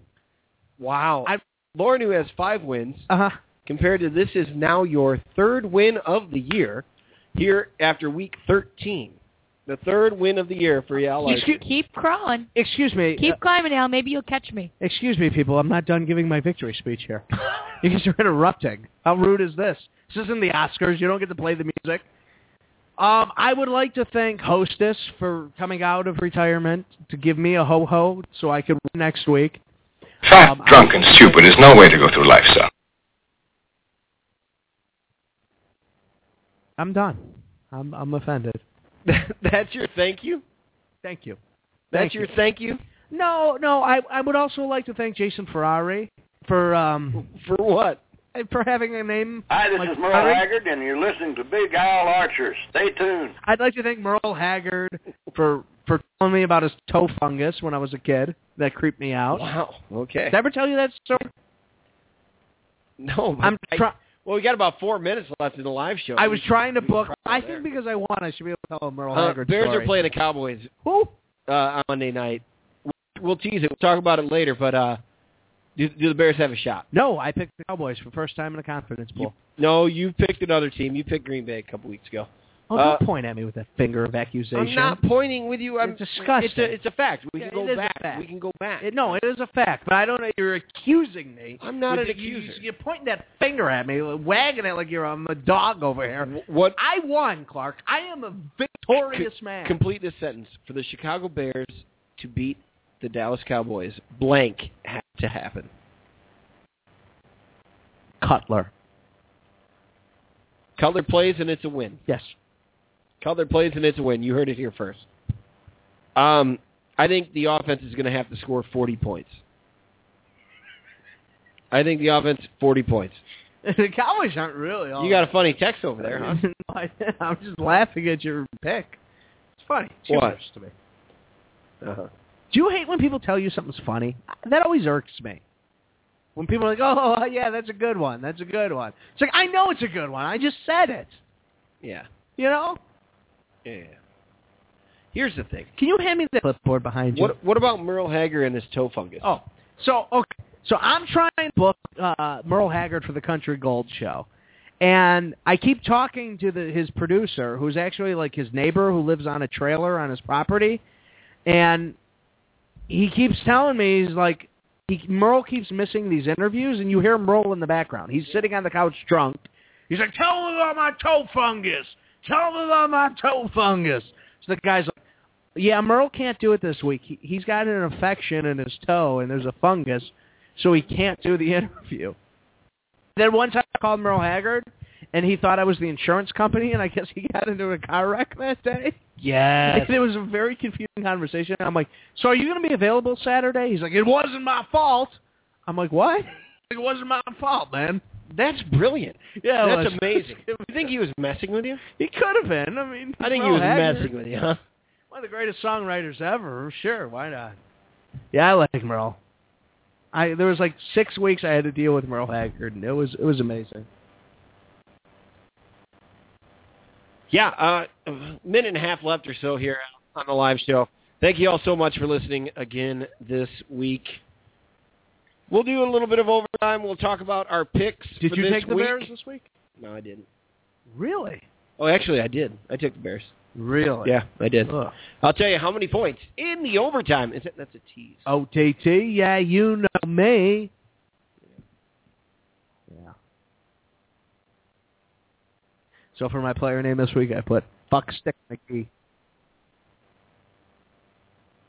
Speaker 3: Wow.
Speaker 1: I-
Speaker 3: Lauren, who has five wins,
Speaker 1: Uh huh.
Speaker 3: compared to this is now your third win of the year here after week 13. The third win of the year for Al Larson.
Speaker 1: Excuse-
Speaker 2: Keep crawling.
Speaker 1: Excuse me.
Speaker 2: Keep
Speaker 1: uh,
Speaker 2: climbing, Al. Maybe you'll catch me.
Speaker 1: excuse me, people. I'm not done giving my victory speech here. you guys are interrupting. How rude is this? This isn't the Oscars. You don't get to play the music. Um, I would like to thank Hostess for coming out of retirement to give me a ho ho so I could win next week.
Speaker 8: Fat,
Speaker 1: Um, I-
Speaker 8: drunk, and stupid is no way to go through life, son.
Speaker 1: I'm done. I'm I'm offended.
Speaker 3: That's your thank you?
Speaker 1: Thank you.
Speaker 3: That's
Speaker 1: Thank
Speaker 3: your
Speaker 1: you.
Speaker 3: thank you?
Speaker 1: No, no. I I would also like to thank Jason Ferrari for um
Speaker 3: For what?
Speaker 1: for having a name.
Speaker 5: Hi, this
Speaker 1: like
Speaker 5: is Merle
Speaker 1: Ferrari.
Speaker 5: Haggard, and you're listening to Big Al Archer. Stay tuned.
Speaker 1: I'd like to thank Merle Haggard for for telling me about his toe fungus when I was a kid. That creeped me out.
Speaker 3: Wow. Okay.
Speaker 1: Did I ever tell you that story?
Speaker 3: no, but
Speaker 1: I'm
Speaker 3: I-
Speaker 1: try-
Speaker 3: well, we got about four minutes left in the live show.
Speaker 1: I was trying to book. I
Speaker 3: there.
Speaker 1: think because I won, I should be able to tell a Merle
Speaker 3: Uh,
Speaker 1: Haggard
Speaker 3: Bears
Speaker 1: story.
Speaker 3: are playing the Cowboys
Speaker 1: Who?
Speaker 3: uh, on Monday night. We'll tease it. We'll talk about it later. But uh, do, do the Bears have a shot?
Speaker 1: No, I picked the Cowboys for the first time in a confidence pool.
Speaker 3: No, you picked another team. You picked Green Bay a couple weeks ago.
Speaker 1: Oh,
Speaker 3: Uh,
Speaker 1: don't point at me with that finger of accusation.
Speaker 3: I'm not pointing with you. I'm
Speaker 1: It's disgusting.
Speaker 3: It's a, it's a fact. We
Speaker 1: Yeah,
Speaker 3: can go
Speaker 1: it is a
Speaker 3: back.
Speaker 1: fact.
Speaker 3: We can go back.
Speaker 1: It- no, it is a fact, but I don't know. You're accusing me.
Speaker 3: I'm not
Speaker 1: with
Speaker 3: an
Speaker 1: the- you-
Speaker 3: accuser.
Speaker 1: You, you're pointing that finger at me, wagging it like you're um, a dog over here.
Speaker 3: what?
Speaker 1: I won, Clark. I am a victorious man.
Speaker 3: Complete this sentence for the Chicago Bears to beat the Dallas Cowboys. Blank had to happen.
Speaker 1: Cutler.
Speaker 3: Cutler plays and it's a win.
Speaker 1: Yes.
Speaker 3: Cutler plays and it's a win. You heard it here first. Um, I think the offense is going to have to score 40 points. I think the offense 40 points.
Speaker 1: the Cowboys aren't really all
Speaker 3: You got a funny text over there, huh?
Speaker 1: No, I- I'm just laughing at your pick. It's funny. It's
Speaker 3: What?
Speaker 1: humorous to me.
Speaker 3: Uh-huh.
Speaker 1: Do you hate when people tell you something's funny? That always irks me. When people are like, "Oh, yeah, that's a good one. That's a good one." It's like I know it's a good one. I just said it.
Speaker 3: Yeah.
Speaker 1: You know?
Speaker 3: Yeah. Here's the thing.
Speaker 1: Can you hand me the clipboard behind you?
Speaker 3: What what about Merle Hager and his toe fungus?
Speaker 1: Oh, so okay. So I'm trying to book uh, Merle Haggard for the Country Gold Show, and I keep talking to the, his producer, who's actually like his neighbor who lives on a trailer on his property, and he keeps telling me he's like, he, Merle keeps missing these interviews, and you hear Merle in the background. He's sitting on the couch drunk. He's like, "Tell him about my toe fungus. Tell him about my toe fungus." So the guy's like. Yeah, Merle can't do it this week. He, he's got an infection in his toe, and there's a fungus, so he can't do the interview. Then one time I called Merle Haggard, and he thought I was the insurance company, and I guess he got into a car wreck that day.
Speaker 3: yes.
Speaker 1: And it was a very confusing conversation. I'm like, so are you going to be available Saturday? He's like, it wasn't my fault. I'm like, what? It wasn't my fault, man.
Speaker 3: That's brilliant.
Speaker 1: Yeah, it
Speaker 3: That's
Speaker 1: was.
Speaker 3: amazing. You think he was messing with you?
Speaker 1: He could have been. I mean,
Speaker 3: I think he
Speaker 1: Merle
Speaker 3: was
Speaker 1: Haggard.
Speaker 3: messing with you, huh?
Speaker 1: One of the greatest songwriters ever. Sure, why not? Yeah, I like Merle. I there was like six weeks I had to deal with Merle Haggard, and it was it was amazing.
Speaker 3: Yeah, uh, a minute and a half left or so here on the live show. Thank you all so much for listening again this week. We'll do a little bit of overtime. We'll talk about our picks.
Speaker 1: Did
Speaker 3: for
Speaker 1: you
Speaker 3: this
Speaker 1: take the
Speaker 3: week.
Speaker 1: Bears this week?
Speaker 3: No, I didn't.
Speaker 1: Really?
Speaker 3: Oh, actually, I did. I took the Bears.
Speaker 1: Really?
Speaker 3: Yeah, I did.
Speaker 1: Ugh.
Speaker 3: I'll tell you how many points in the overtime. Is that, that's a tease.
Speaker 1: OTT. Yeah, you know me. Yeah. So for my player name this week, I put Fuck Stick McGee.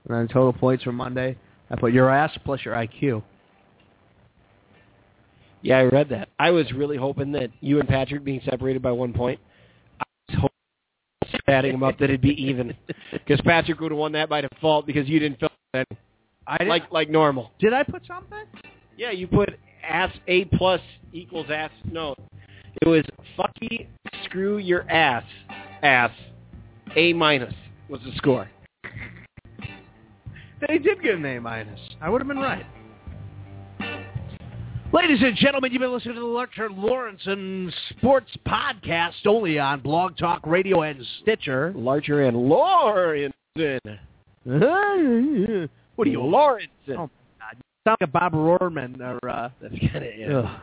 Speaker 1: And then total points for Monday, I put your ass plus your IQ.
Speaker 3: Yeah, I read that. I was really hoping that you and Patrick being separated by one point. I was hoping adding them up that it'd be even because Patrick would have won that by default because you didn't fill that
Speaker 1: I didn't-
Speaker 3: like like normal.
Speaker 1: Did I put something?
Speaker 3: Yeah, you put ass a plus equals ass. No, it was fucky screw your ass ass a minus was the score.
Speaker 1: They did get an A minus. I would have been right. Ladies and gentlemen, you've been listening to the Lecture Lawrence and Sports Podcast only on Blog Talk Radio and Stitcher.
Speaker 3: Larger and Lawrence. What
Speaker 1: what
Speaker 3: do
Speaker 1: are
Speaker 3: you,
Speaker 1: you,
Speaker 3: Lawrence?
Speaker 1: Oh, sound like a Bob Rohrman or uh,
Speaker 3: That's kind of yeah.
Speaker 1: ugh.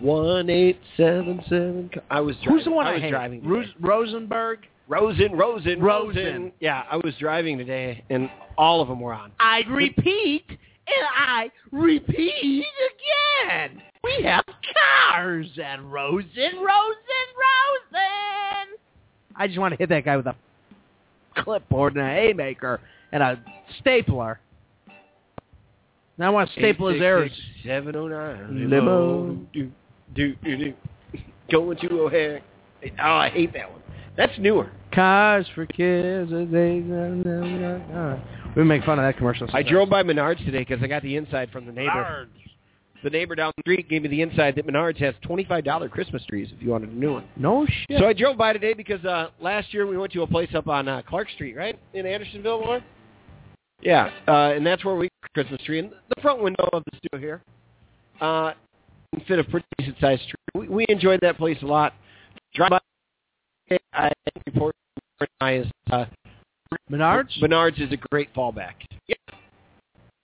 Speaker 3: One eight seven seven. I was driving.
Speaker 1: Who's the one
Speaker 3: I
Speaker 1: I,
Speaker 3: was
Speaker 1: hate?
Speaker 3: driving.
Speaker 1: Rus-
Speaker 3: today.
Speaker 1: Rosenberg.
Speaker 3: Rosen, Rosen,
Speaker 1: Rosen.
Speaker 3: Yeah, I was driving today, and all of them were on.
Speaker 1: I repeat, and I repeat again. We have cars and Rosen, Rosen, Rosen. I just want to hit that guy with a clipboard and a haymaker and a stapler. And I want to staple his errors.
Speaker 3: Seven oh nine.
Speaker 1: Limo.
Speaker 3: Do do do do. Going to O'Hare. Oh, I hate that one. That's newer.
Speaker 1: Cars for kids. uh, We make fun of that commercial.
Speaker 3: I drove by Menards today because I got the inside from the neighbor. The neighbor down the street gave me the inside that Menards has twenty-five dollar Christmas trees if you wanted a new one.
Speaker 1: No shit.
Speaker 3: So I drove by today because uh, last year we went to a place up on uh, Clark Street, right in Andersonville, Warren. Yeah, uh, and that's where we got the Christmas tree in the front window of the studio here. Uh, and fit a pretty decent sized tree. We, we enjoyed that place a lot. Drive by, I think report is uh,
Speaker 1: Menards.
Speaker 3: Menards is a great fallback. Yeah,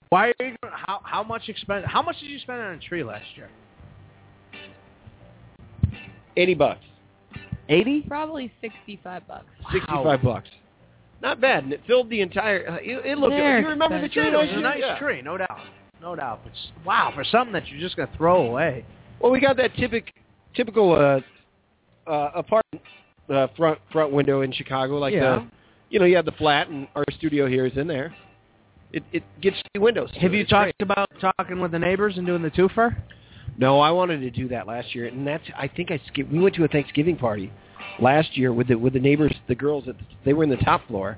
Speaker 1: Why are you? doing- How how much expense? How much did you spend on a tree last year?
Speaker 3: eighty bucks,
Speaker 1: Eighty.
Speaker 2: Probably 65 bucks.
Speaker 3: sixty-five bucks. Not bad, and it filled the entire. Uh, it, it looked.
Speaker 2: They're
Speaker 3: you remember the tree?
Speaker 2: expensive.
Speaker 1: It was
Speaker 3: last
Speaker 1: a
Speaker 3: year?
Speaker 1: nice
Speaker 3: Yeah.
Speaker 1: tree, no doubt, no doubt. But s- wow, for something that you're just gonna throw away.
Speaker 3: Well, we got that typic, typical uh, uh, apartment uh, front front window in Chicago, like
Speaker 1: Yeah.
Speaker 3: the, you know, you have the flat, and our studio here is in there. It it gets three windows.
Speaker 1: Have you
Speaker 3: It's great.
Speaker 1: talked about talking with the neighbors and doing the twofer?
Speaker 3: No, I wanted to do that last year, and that's I think I skipped. We went to a Thanksgiving party last year with the with the neighbors, the girls. At the, they were in the top floor,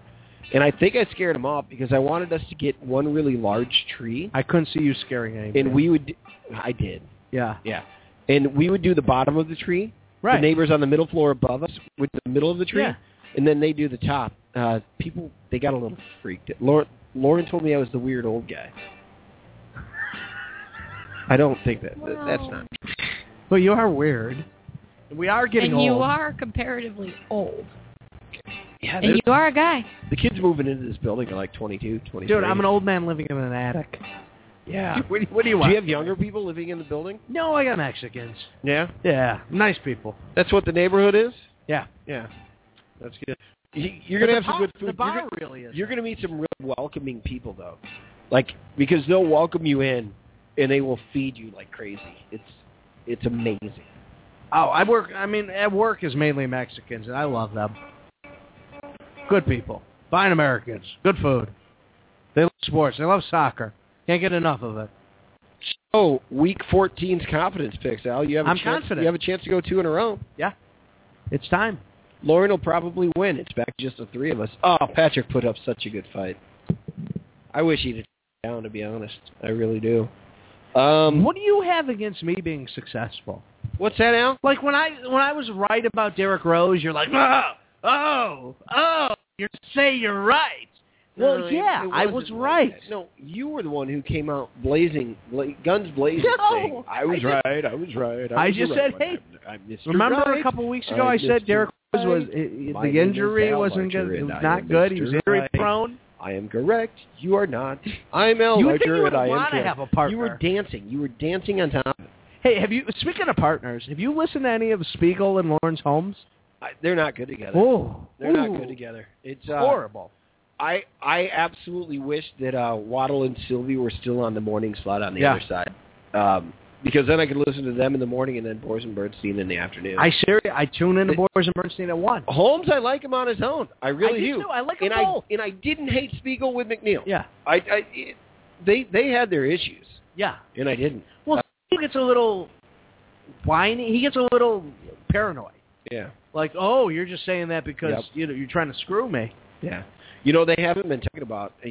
Speaker 3: and I think I scared them off because I wanted us to get one really large tree,
Speaker 1: I couldn't see you scaring anybody.
Speaker 3: and we would. I did.
Speaker 1: yeah,
Speaker 3: Yeah. And we would do the bottom of the tree.
Speaker 1: Right.
Speaker 3: The neighbors on the middle floor above us with the middle of the tree.
Speaker 1: Yeah.
Speaker 3: And then they do the top. Uh, people, they got a little freaked. Lauren, Lauren told me I was the weird old guy. I don't think that, that- that's
Speaker 2: Wow.
Speaker 3: not.
Speaker 1: but you are weird. We are getting
Speaker 2: and
Speaker 1: old.
Speaker 2: you are comparatively old.
Speaker 3: Yeah,
Speaker 2: And
Speaker 3: they're-
Speaker 2: you are a guy.
Speaker 3: the kids moving into this building are like 22, 23.
Speaker 1: Dude, I'm an old man living in an attic.
Speaker 3: Yeah.
Speaker 1: What, do you- what do you
Speaker 3: Do
Speaker 1: want?
Speaker 3: you have younger people living in the building?
Speaker 1: no, I got Mexicans.
Speaker 3: Yeah.
Speaker 1: Yeah, nice people.
Speaker 3: That's what the neighborhood is?
Speaker 1: Yeah.
Speaker 3: Yeah. That's good. You- You're going to
Speaker 1: But
Speaker 3: have
Speaker 1: the
Speaker 3: some
Speaker 1: bar-
Speaker 3: good food.
Speaker 1: The
Speaker 3: You're
Speaker 1: bar
Speaker 3: gonna-
Speaker 1: really is.
Speaker 3: You're going to meet some really welcoming people though, like because they'll welcome you in, and they will feed you like crazy. It's it's amazing.
Speaker 1: Oh, I work. I mean, at work is mainly Mexicans, and I love them. Good people, fine Americans, good food. They love sports. They love soccer. Can't get enough of it.
Speaker 3: So week 14's confidence picks, Al. You have a
Speaker 1: I'm
Speaker 3: chance,
Speaker 1: confident.
Speaker 3: You have a chance to go two in a row.
Speaker 1: It's time.
Speaker 3: Lauren will probably win. It's back to just the three of us. Oh, Patrick put up such a good fight. I wish he'd have down to be honest. I really do. Um,
Speaker 1: What do you have against me being successful?
Speaker 3: what's that, Al?
Speaker 1: Like when I when I was right about Derek Rose, you're like, oh, oh, oh, you say you're right. Well,
Speaker 3: No, it-
Speaker 1: yeah,
Speaker 3: it
Speaker 1: I
Speaker 3: wasn't
Speaker 1: was
Speaker 3: like
Speaker 1: right.
Speaker 3: that. No, you were the one who came out blazing, bla- guns blazing.
Speaker 1: No,
Speaker 3: saying, I was
Speaker 1: I just-
Speaker 3: right. I was right.
Speaker 1: I
Speaker 3: was
Speaker 1: just
Speaker 3: the
Speaker 1: said,
Speaker 3: right one.
Speaker 1: hey,
Speaker 3: I'm, I'm Mr.
Speaker 1: Remember
Speaker 3: right.
Speaker 1: a couple weeks ago
Speaker 3: I
Speaker 1: I,
Speaker 3: Mr.
Speaker 1: said Derek Rose was
Speaker 3: Right.
Speaker 1: it,
Speaker 3: My
Speaker 1: the
Speaker 3: name is
Speaker 1: injury
Speaker 3: Al
Speaker 1: wasn't
Speaker 3: Archer,
Speaker 1: good. It
Speaker 3: and
Speaker 1: was
Speaker 3: I
Speaker 1: not
Speaker 3: am
Speaker 1: good. He
Speaker 3: Mr.
Speaker 1: was injury
Speaker 3: Right.
Speaker 1: prone.
Speaker 3: I am correct. You are not. I'm Al
Speaker 1: You would
Speaker 3: Archer,
Speaker 1: think you would
Speaker 3: and I am
Speaker 1: wanna
Speaker 3: correct.
Speaker 1: have a partner.
Speaker 3: You were dancing. You were dancing on top. of it.
Speaker 1: Hey, have you speaking of partners? Have you listened to any of Spiegel and Lawrence Holmes?
Speaker 3: I, they're not good together.
Speaker 1: Oh,
Speaker 3: They're not good together. It's uh,
Speaker 1: Horrible.
Speaker 3: I I absolutely wish that uh, Waddle and Sylvie were still on the morning slot on the
Speaker 1: Yeah.
Speaker 3: other side, um, because then I could listen to them in the morning and then Boris and Bernstein in the afternoon.
Speaker 1: I seriously, I tune into
Speaker 3: It-
Speaker 1: Boris and Bernstein at one.
Speaker 3: Holmes, I like him on his own. I really
Speaker 1: I do,
Speaker 3: do.
Speaker 1: too. I like
Speaker 3: and
Speaker 1: them
Speaker 3: I
Speaker 1: both.
Speaker 3: and I didn't hate Spiegel with McNeil.
Speaker 1: Yeah,
Speaker 3: I, I it, they they had their issues,
Speaker 1: yeah.
Speaker 3: and I didn't.
Speaker 1: Well, Spiegel gets a little whiny. He gets a little paranoid.
Speaker 3: Yeah,
Speaker 1: Like, oh, you're just saying that because
Speaker 3: Yep.
Speaker 1: you know you're trying to screw me.
Speaker 3: yeah. You know they haven't been talking about. uh,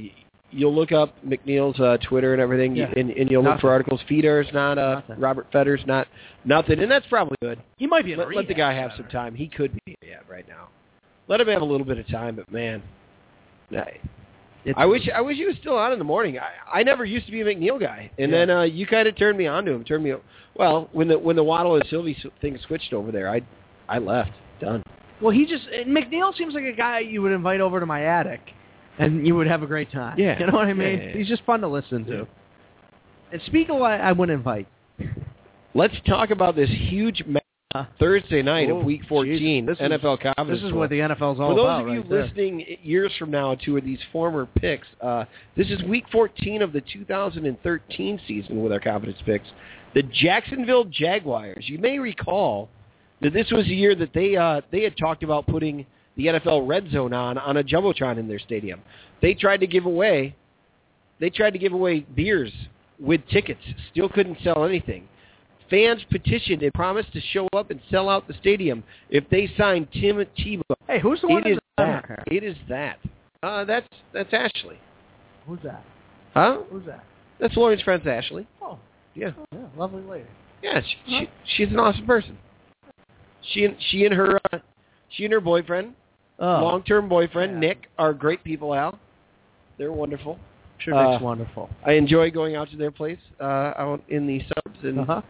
Speaker 3: You'll look up McNeil's uh, Twitter and everything,
Speaker 1: Yeah.
Speaker 3: and, and you'll look
Speaker 1: Nothing.
Speaker 3: for articles. Feeder's not uh,
Speaker 1: Nothing.
Speaker 3: Robert Fetter's not nothing, and that's probably good.
Speaker 1: He might be. in
Speaker 3: Let, let the
Speaker 1: rehab
Speaker 3: guy have some
Speaker 1: center.
Speaker 3: time. He could be yeah right now. Let him have a little bit of time, but man, I,
Speaker 1: It's-
Speaker 3: I wish I wish he was still on in the morning. I, I never used to be a McNeil guy, and then uh, you kind of turned me on to him. Turned me well when the when the Waddle and Sylvie s- thing switched over there. I I left done.
Speaker 1: Well, he just and McNeil seems like a guy you would invite over to my attic, and you would have a great time.
Speaker 3: Yeah.
Speaker 1: you know what I
Speaker 3: Yeah,
Speaker 1: mean.
Speaker 3: yeah, yeah.
Speaker 1: He's just fun to listen to.
Speaker 3: Yeah.
Speaker 1: And Spiegel, I, I wouldn't invite.
Speaker 3: Let's talk about this huge ma- Thursday night
Speaker 1: Ooh,
Speaker 3: of Week 14
Speaker 1: geez, Oh, this is-
Speaker 3: NFL Conference.
Speaker 1: This is what the NFL's all
Speaker 3: For those
Speaker 1: about,
Speaker 3: of you
Speaker 1: right there.
Speaker 3: listening years from now to these former picks, uh, this is Week 14 of the 2013 season with our confidence picks. The Jacksonville Jaguars. You may recall that this was the year that they uh, they had talked about putting the NFL Red Zone on on a jumbotron in their stadium. They tried to give away they tried to give away beers with tickets. Still couldn't sell anything. Fans petitioned and promised to show up and sell out the stadium if they signed Tim Tebow.
Speaker 1: Hey, who's the one that's
Speaker 3: It is
Speaker 1: on
Speaker 3: that.
Speaker 1: here?
Speaker 3: It is that. Uh, that's that's Ashley.
Speaker 1: Who's that?
Speaker 3: Huh?
Speaker 1: Who's that?
Speaker 3: That's Lauren's friend Ashley.
Speaker 1: Oh,
Speaker 3: Yeah.
Speaker 1: yeah, lovely lady.
Speaker 3: Yeah. She, she, she's an awesome person. She and she and her uh, she and her boyfriend,
Speaker 1: Oh,
Speaker 3: long-term boyfriend
Speaker 1: Yeah.
Speaker 3: Nick, are great people. Al, they're wonderful.
Speaker 1: sure,
Speaker 3: uh,
Speaker 1: that's wonderful.
Speaker 3: I enjoy going out to their place uh, out in the suburbs and
Speaker 1: Uh-huh.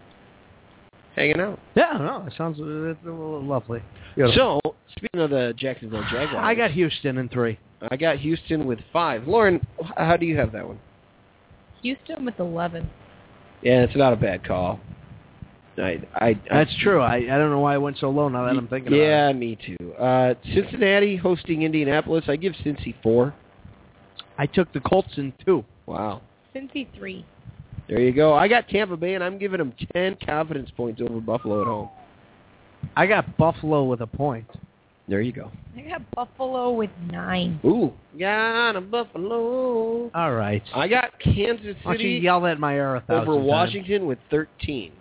Speaker 3: hanging out.
Speaker 1: Yeah, no, it sounds uh, it's, uh, lovely. Beautiful.
Speaker 3: So speaking of the Jacksonville Jaguars,
Speaker 1: I got Houston in three.
Speaker 3: I got Houston with five. Lauren, h- how do you have that one?
Speaker 2: Houston with 11.
Speaker 3: Yeah, it's not a bad call. I, I, I-
Speaker 1: That's true. I, I don't know why I went so low now that I'm thinking about it.
Speaker 3: yeah, me too. Uh, Cincinnati hosting Indianapolis. I give Cincy four.
Speaker 1: I took the Colts in two.
Speaker 3: Wow.
Speaker 2: Cincy 3.
Speaker 3: There you go. I got Tampa Bay, and I'm giving them ten confidence points over Buffalo at home.
Speaker 1: I got Buffalo with a point.
Speaker 3: There you go.
Speaker 2: I got Buffalo with 9.
Speaker 3: Ooh, got a Buffalo.
Speaker 1: All right.
Speaker 3: I got Kansas
Speaker 1: Why don't you
Speaker 3: City
Speaker 1: yell at my ear a thousand
Speaker 3: over
Speaker 1: times?
Speaker 3: Washington with thirteen.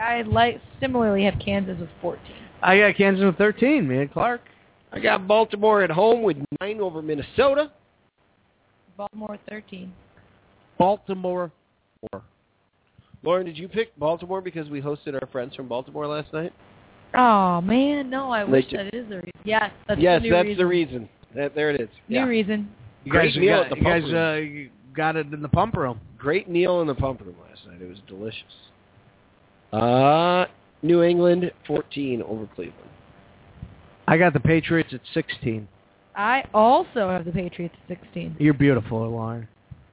Speaker 2: I like similarly have Kansas with 14.
Speaker 1: I got Kansas with 13, man. Clark.
Speaker 3: I got Baltimore at home with nine over Minnesota.
Speaker 2: Baltimore 13.
Speaker 1: Baltimore. four.
Speaker 3: Lauren, did you pick Baltimore because we hosted our friends from Baltimore last night?
Speaker 2: Oh man, no! I wish
Speaker 3: Listen.
Speaker 2: that is the reason. Yes, that's
Speaker 3: yes,
Speaker 2: the new
Speaker 3: that's
Speaker 2: reason.
Speaker 3: the reason. That, there it is.
Speaker 2: New
Speaker 3: Yeah.
Speaker 2: reason.
Speaker 1: You
Speaker 3: Great
Speaker 1: guys,
Speaker 3: meal
Speaker 1: got,
Speaker 3: at the
Speaker 1: you
Speaker 3: pump
Speaker 1: guys
Speaker 3: room.
Speaker 1: uh, you got it in the pump room.
Speaker 3: Great meal in the pump room last night. It was delicious. Uh, New England 14 over Cleveland.
Speaker 2: Oh,
Speaker 1: I got the Patriots at 16.
Speaker 2: I also have the Patriots at 16.
Speaker 1: You're beautiful, Lauren.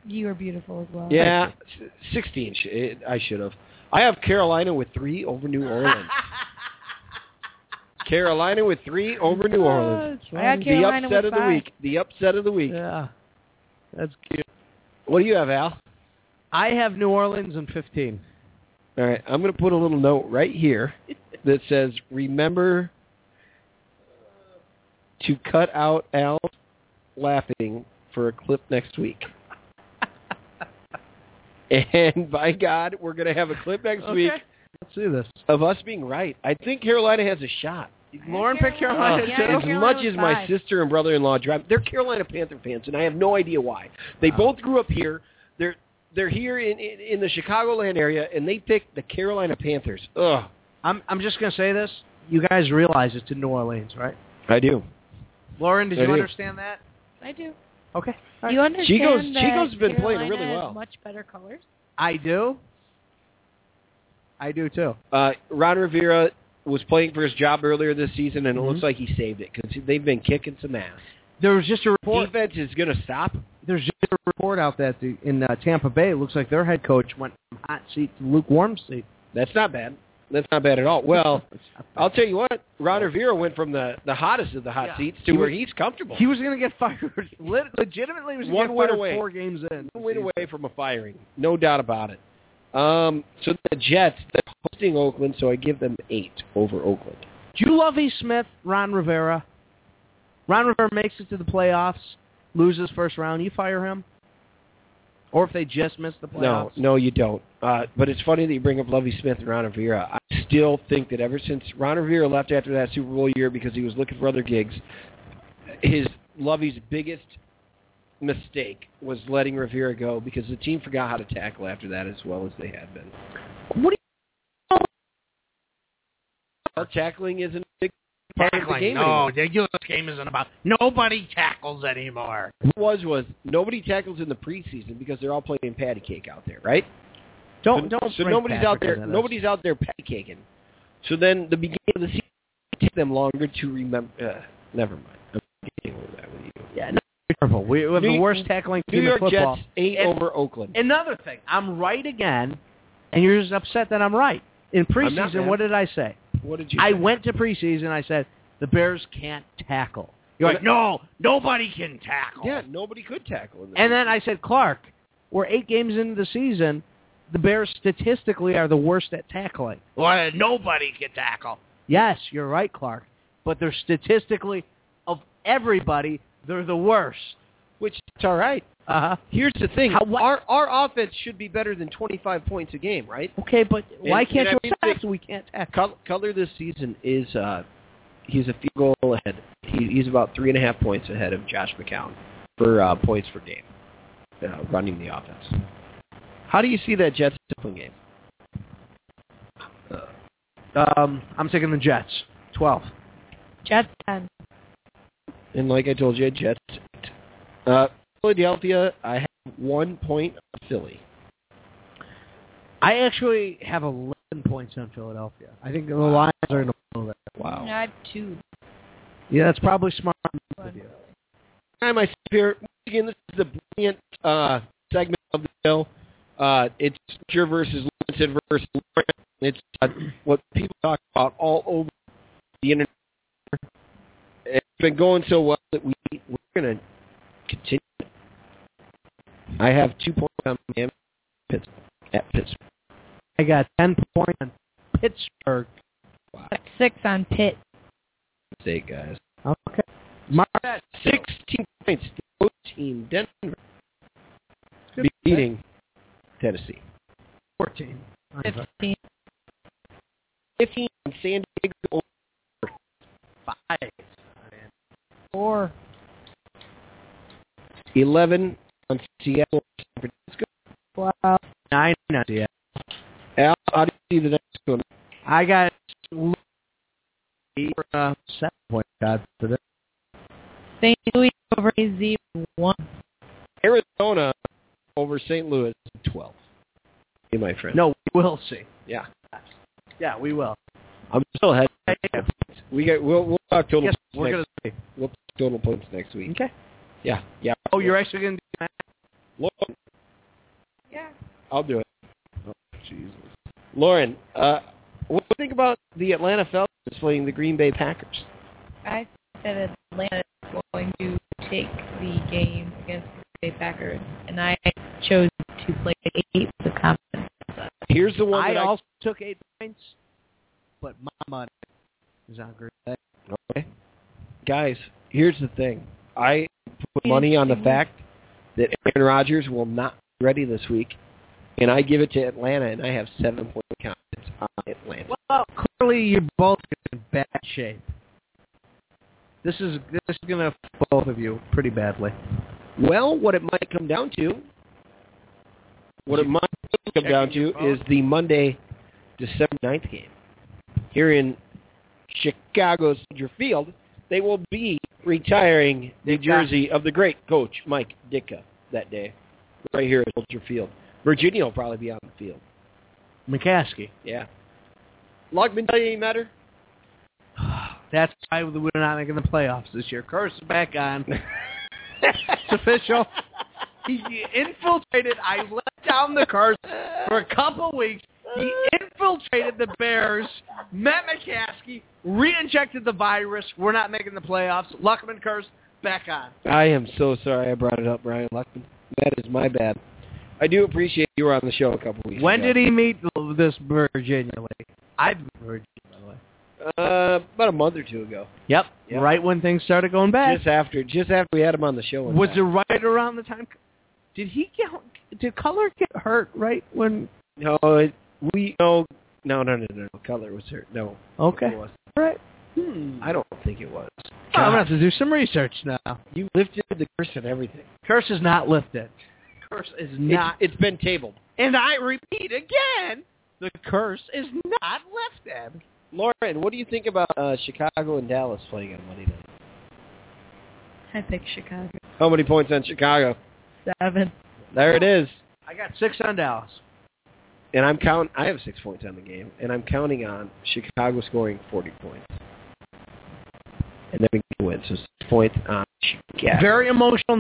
Speaker 2: You are beautiful as well.
Speaker 3: Yeah, s- 16. sh- it- I should have. I have Carolina with three over New Orleans. Carolina with three over New Orleans.
Speaker 2: Ah, I had
Speaker 3: The
Speaker 2: Carolina
Speaker 3: upset
Speaker 2: with
Speaker 3: of the
Speaker 2: five.
Speaker 3: week. The upset of the week.
Speaker 1: Yeah. That's cute.
Speaker 3: What do you have, Al?
Speaker 1: I have New Orleans in 15.
Speaker 3: All right, I'm going to put a little note right here that says, "Remember to cut out Al laughing for a clip next week." and by God, we're going to have a clip next week
Speaker 1: Okay. Let's do this.
Speaker 3: of us being right. I think Carolina has a shot.
Speaker 1: Lauren picked Carolina,
Speaker 3: Uh,
Speaker 1: Oh. Yeah,
Speaker 2: I had
Speaker 1: too?
Speaker 3: as
Speaker 2: Carolina
Speaker 3: much
Speaker 2: with
Speaker 3: as my
Speaker 2: five.
Speaker 3: sister and brother-in-law drive, they're Carolina Panther fans, and I have no idea why. They
Speaker 1: Wow.
Speaker 3: both grew up here. They're they're here in, in in the Chicagoland area, and they picked the Carolina Panthers. Ugh,
Speaker 1: I'm, I'm just going to say this. You guys realize it's in New Orleans, right?
Speaker 3: I do.
Speaker 1: Lauren, did
Speaker 3: I
Speaker 1: you
Speaker 3: do.
Speaker 1: understand that?
Speaker 2: I do.
Speaker 1: Okay.
Speaker 2: You understand
Speaker 3: Chico's-
Speaker 2: that
Speaker 3: Chico's been playing
Speaker 2: Carolina
Speaker 3: really
Speaker 2: has
Speaker 3: well.
Speaker 2: much better colors.
Speaker 1: I do. I do too.
Speaker 3: Uh, Ron Rivera was playing for his job earlier this season, and
Speaker 1: Mhm.
Speaker 3: it looks like he saved it because they've been kicking some ass.
Speaker 1: There was just a report.
Speaker 3: Defense is going to stop.
Speaker 1: There's just a report out that the, in uh, Tampa Bay, it looks like their head coach went from hot seat to lukewarm seat.
Speaker 3: That's not bad. That's not bad at all. Well, I'll tell you what, Ron Rivera went from the, the hottest of the hot
Speaker 1: Yeah.
Speaker 3: seats
Speaker 1: He
Speaker 3: to where
Speaker 1: was-
Speaker 3: he's comfortable.
Speaker 1: He was going to get fired. Lit- legitimately, was going
Speaker 3: One
Speaker 1: to
Speaker 3: win
Speaker 1: get fired
Speaker 3: away.
Speaker 1: four games in.
Speaker 3: One win away from a firing, no doubt about it. Um, so the Jets, they're hosting Oakland, so I give them eight over Oakland.
Speaker 1: Do you love E. Smith, Ron Rivera? Ron Rivera makes it to the playoffs, loses first round. You fire him, or if they just miss the
Speaker 3: No,
Speaker 1: playoffs.
Speaker 3: no, you don't. Uh, but it's funny that you bring up Lovey Smith and Ron Rivera. I still think that ever since Ron Rivera left after that Super Bowl year because he was looking for other gigs, his Lovey's biggest mistake was letting Rivera go because the team forgot how to tackle after that as well as they had been.
Speaker 1: What
Speaker 3: Well, tackling isn't a big
Speaker 1: are you
Speaker 3: part of the game anymore.
Speaker 1: No, this game isn't about. Nobody tackles anymore.
Speaker 3: What was was nobody tackles in the preseason because they're all playing patty cake out there, right?
Speaker 1: Don't
Speaker 3: so,
Speaker 1: don't.
Speaker 3: So
Speaker 1: bring
Speaker 3: nobody's
Speaker 1: Patrick
Speaker 3: out there.
Speaker 1: into this.
Speaker 3: Nobody's out there patty caking. So then the beginning of the season it takes them longer to remember. Uh, never mind. I'm getting over that with you.
Speaker 1: Yeah, no, be careful. We we have
Speaker 3: New-
Speaker 1: the worst tackling
Speaker 3: New
Speaker 1: team in
Speaker 3: York
Speaker 1: football.
Speaker 3: Jets eight
Speaker 1: And-
Speaker 3: over Oakland.
Speaker 1: Another thing, I'm right again. and you're just upset that I'm right. In
Speaker 3: I'm not,
Speaker 1: preseason,
Speaker 3: man.
Speaker 1: what did I say?
Speaker 3: What did you?
Speaker 1: I
Speaker 3: say?
Speaker 1: went to preseason. I said the Bears can't tackle. You're
Speaker 3: Well,
Speaker 1: like, no, nobody can tackle.
Speaker 3: Yeah, nobody could tackle. In this
Speaker 1: And then I said, Clark, we're eight games into the season. The Bears statistically are the worst at tackling. Well, nobody can tackle. Yes, you're right, Clark. But they're statistically, of everybody, they're the worst.
Speaker 3: which it's all right.
Speaker 1: Uh-huh.
Speaker 3: Here's the thing:
Speaker 1: How- what-
Speaker 3: our our offense should be better than 25 points a game, right?
Speaker 1: Okay, but why
Speaker 3: And-
Speaker 1: can't
Speaker 3: and I
Speaker 1: you
Speaker 3: mean,
Speaker 1: attack? We can't attack.
Speaker 3: Col- Cutler this season is uh, he's a field goal ahead. He, he's about three and a half points ahead of Josh McCown for uh, points per game, uh, running the offense. How do you see that Jets Discipline game?
Speaker 1: Um, I'm taking the Jets. 12.
Speaker 2: Jets 10.
Speaker 3: And like I told you, Jets. Uh, Philadelphia, I have one point on Philly.
Speaker 1: I actually have 11 points on Philadelphile. I think the Lions are in the middle of that.
Speaker 2: No,
Speaker 3: Wow.
Speaker 2: I have two.
Speaker 1: Yeah, that's probably smart.
Speaker 2: One.
Speaker 1: you.
Speaker 3: Hi, my spirit. Once again, this is the brilliant uh, segment of the show. Uh, it's Sure versus Limited versus Lawrence. It's uh, what people talk about all over the internet. It's been going so well that we, we're going to continue. it. I have two points on Miami Pittsburgh, at Pittsburgh.
Speaker 1: I got 10 points on Pittsburgh.
Speaker 3: Wow,
Speaker 2: Got Six on Pitt.
Speaker 3: mistake, guys.
Speaker 1: Okay. Mark that.
Speaker 3: 16 points. The road team, Denver, beating Tennessee.
Speaker 1: 14.
Speaker 2: 15.
Speaker 3: 15 on San Diego over
Speaker 1: Five.
Speaker 2: 4.
Speaker 3: 11 on Seattle over San Francisco.
Speaker 2: Wow.
Speaker 1: Nine. on Seattle.
Speaker 3: Al, how do you see the next one?
Speaker 1: I got eight, uh, seven point God for this.
Speaker 2: St. Louis over AZ 1.
Speaker 3: Arizona over St. Louis 12. You, my friend.
Speaker 1: No, we will see.
Speaker 3: Yeah.
Speaker 1: Yeah, we will.
Speaker 3: I'm still ahead.
Speaker 1: Yeah, yeah.
Speaker 3: We got, we'll, we'll talk total
Speaker 1: Yes,
Speaker 3: points
Speaker 1: we're
Speaker 3: next
Speaker 1: gonna see.
Speaker 3: We'll talk total points next week.
Speaker 1: Okay.
Speaker 3: Yeah. Yeah.
Speaker 1: Oh, you're actually gonna do that?
Speaker 3: Lauren,
Speaker 2: Yeah.
Speaker 3: I'll do it. Oh, Jesus. Lauren, uh, what do you think about the Atlanta Falcons playing the Green Bay Packers?
Speaker 2: I said Atlanta is going to take the game against the Green Bay Packers, and I chose to play eight with confidence.
Speaker 3: Here's the one
Speaker 1: I
Speaker 3: that I
Speaker 1: also took eight points, but my money is on Green Bay.
Speaker 3: Okay. Guys, here's the thing. I put money on the fact that Aaron Rodgers will not be ready this week, and I give it to Atlanta, and I have seven point confidence on Atlanta.
Speaker 1: Well, clearly you're both in bad shape. This is this is gonna affect both of you pretty badly.
Speaker 3: Well, what it might come down to, what it might come down to is the Monday, December 9th game here in Chicago's Soldier Field. They will be retiring the
Speaker 1: Ditka.
Speaker 3: jersey of the great coach Mike Dicka that day, right here at Soldier Field. Virginia will probably be on the field.
Speaker 1: McCaskey.
Speaker 3: Yeah. Logman tell you any matter?
Speaker 1: That's why we're not making the playoffs this year. Curse is back on. it's official. He infiltrated. I let down the curse for a couple weeks. He infiltrated the Bears. Met McCaskey. Re-injected the virus. We're not making the playoffs. Luckman curse back on.
Speaker 3: I am so sorry I brought it up, Brian Luckman. That is my bad. I do appreciate you were on the show a couple weeks
Speaker 1: When
Speaker 3: ago.
Speaker 1: did he meet this Virginia lady? I've met Virginia, by the way.
Speaker 3: Uh, about a month or two ago.
Speaker 1: Yep.
Speaker 3: Yep.
Speaker 1: Right when things started going bad.
Speaker 3: Just after, just after we had him on the show. in
Speaker 1: Was
Speaker 3: fact.
Speaker 1: it right around the time? Did he get? Did Color get hurt right when?
Speaker 3: No, it, we no, no, no, no, no. no. Cutler was hurt. No,
Speaker 1: Okay.
Speaker 3: it was.
Speaker 1: Right.
Speaker 3: I don't think it was.
Speaker 1: I'm gonna
Speaker 3: God,
Speaker 1: have to do some research now.
Speaker 3: you lifted the curse and everything.
Speaker 1: Curse is not lifted. Curse is not.
Speaker 3: It's, it's been tabled.
Speaker 1: and I repeat again, the curse is not lifted.
Speaker 3: Lauren, what do you think about uh, Chicago and Dallas playing on Monday night?
Speaker 2: I picked Chicago.
Speaker 3: How many points on Chicago?
Speaker 2: Seven.
Speaker 3: There it is.
Speaker 1: I got six on Dallas.
Speaker 3: And I'm count. I have six points on the game, and I'm counting on Chicago scoring 40 points, and then we can win. So six points on Chicago.
Speaker 1: Very emotional.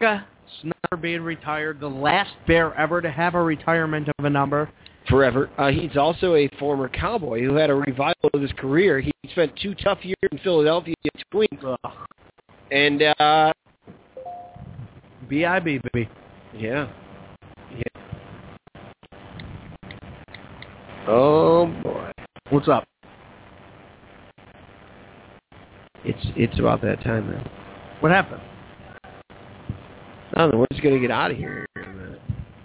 Speaker 1: Snutter being retired, the last bear ever to have a retirement of a number.
Speaker 3: forever. Uh, he's also a former cowboy who had a revival of his career. He spent two tough years in Philadelphia between, and uh,
Speaker 1: B.I.B., baby.
Speaker 3: yeah, yeah. Oh boy,
Speaker 1: What's up?
Speaker 3: it's it's about that time now.
Speaker 1: What happened?
Speaker 3: I don't know. We're just gonna get out of here. in a minute.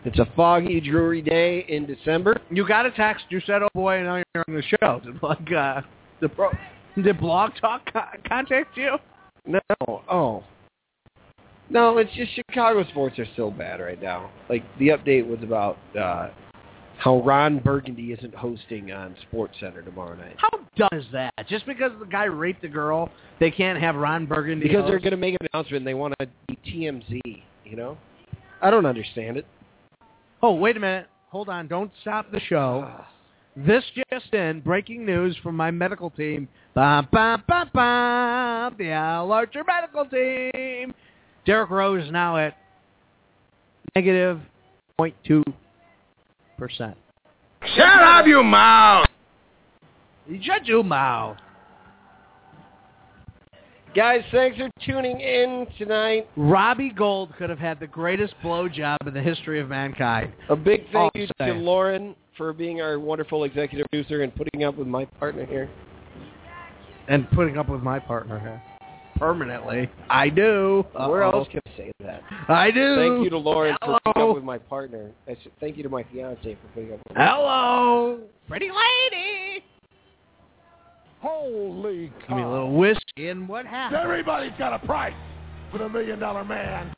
Speaker 3: It's a foggy, dreary day in December.
Speaker 1: You got a text. You said, oh, boy, and now you're on the show. Did, like, uh, the pro- did Blog Talk co- contact you?
Speaker 3: No, oh, no. It's just Chicago sports are so bad right now. Like the update was about uh, how Ron Burgundy isn't hosting on Sports Center tomorrow night
Speaker 1: How dumb is that? Just because the guy raped the girl, they can't have Ron Burgundy.
Speaker 3: because they're
Speaker 1: host?
Speaker 3: gonna make an announcement. They want to be TMZ. You know, I don't understand it.
Speaker 1: Oh, wait a minute. Hold on. Don't stop the show. This just in, breaking news from my medical team. Ba ba ba ba. The Al Archer medical team. Derek Rose is now at negative 0.2 percent.
Speaker 8: Shut up, you mouth!
Speaker 1: Judge Umau.
Speaker 3: Guys, thanks for tuning in tonight.
Speaker 1: Robbie Gold could have had the greatest blowjob in the history of mankind.
Speaker 3: A big
Speaker 1: All
Speaker 3: thank you
Speaker 1: I'm
Speaker 3: to
Speaker 1: saying.
Speaker 3: Lauren for being our wonderful executive producer and putting up with my partner here.
Speaker 1: And putting up with my partner here. Permanently. I do.
Speaker 3: Where
Speaker 1: Uh-oh.
Speaker 3: else can I say that?
Speaker 1: I do.
Speaker 3: Thank you to Lauren for putting
Speaker 1: Hello.
Speaker 3: up with my partner. I should, thank you to my fiance for putting up with me.
Speaker 1: Hello, pretty lady. Holy Give me a little whiskey and what happened?
Speaker 9: Everybody's got a price for the million dollar man.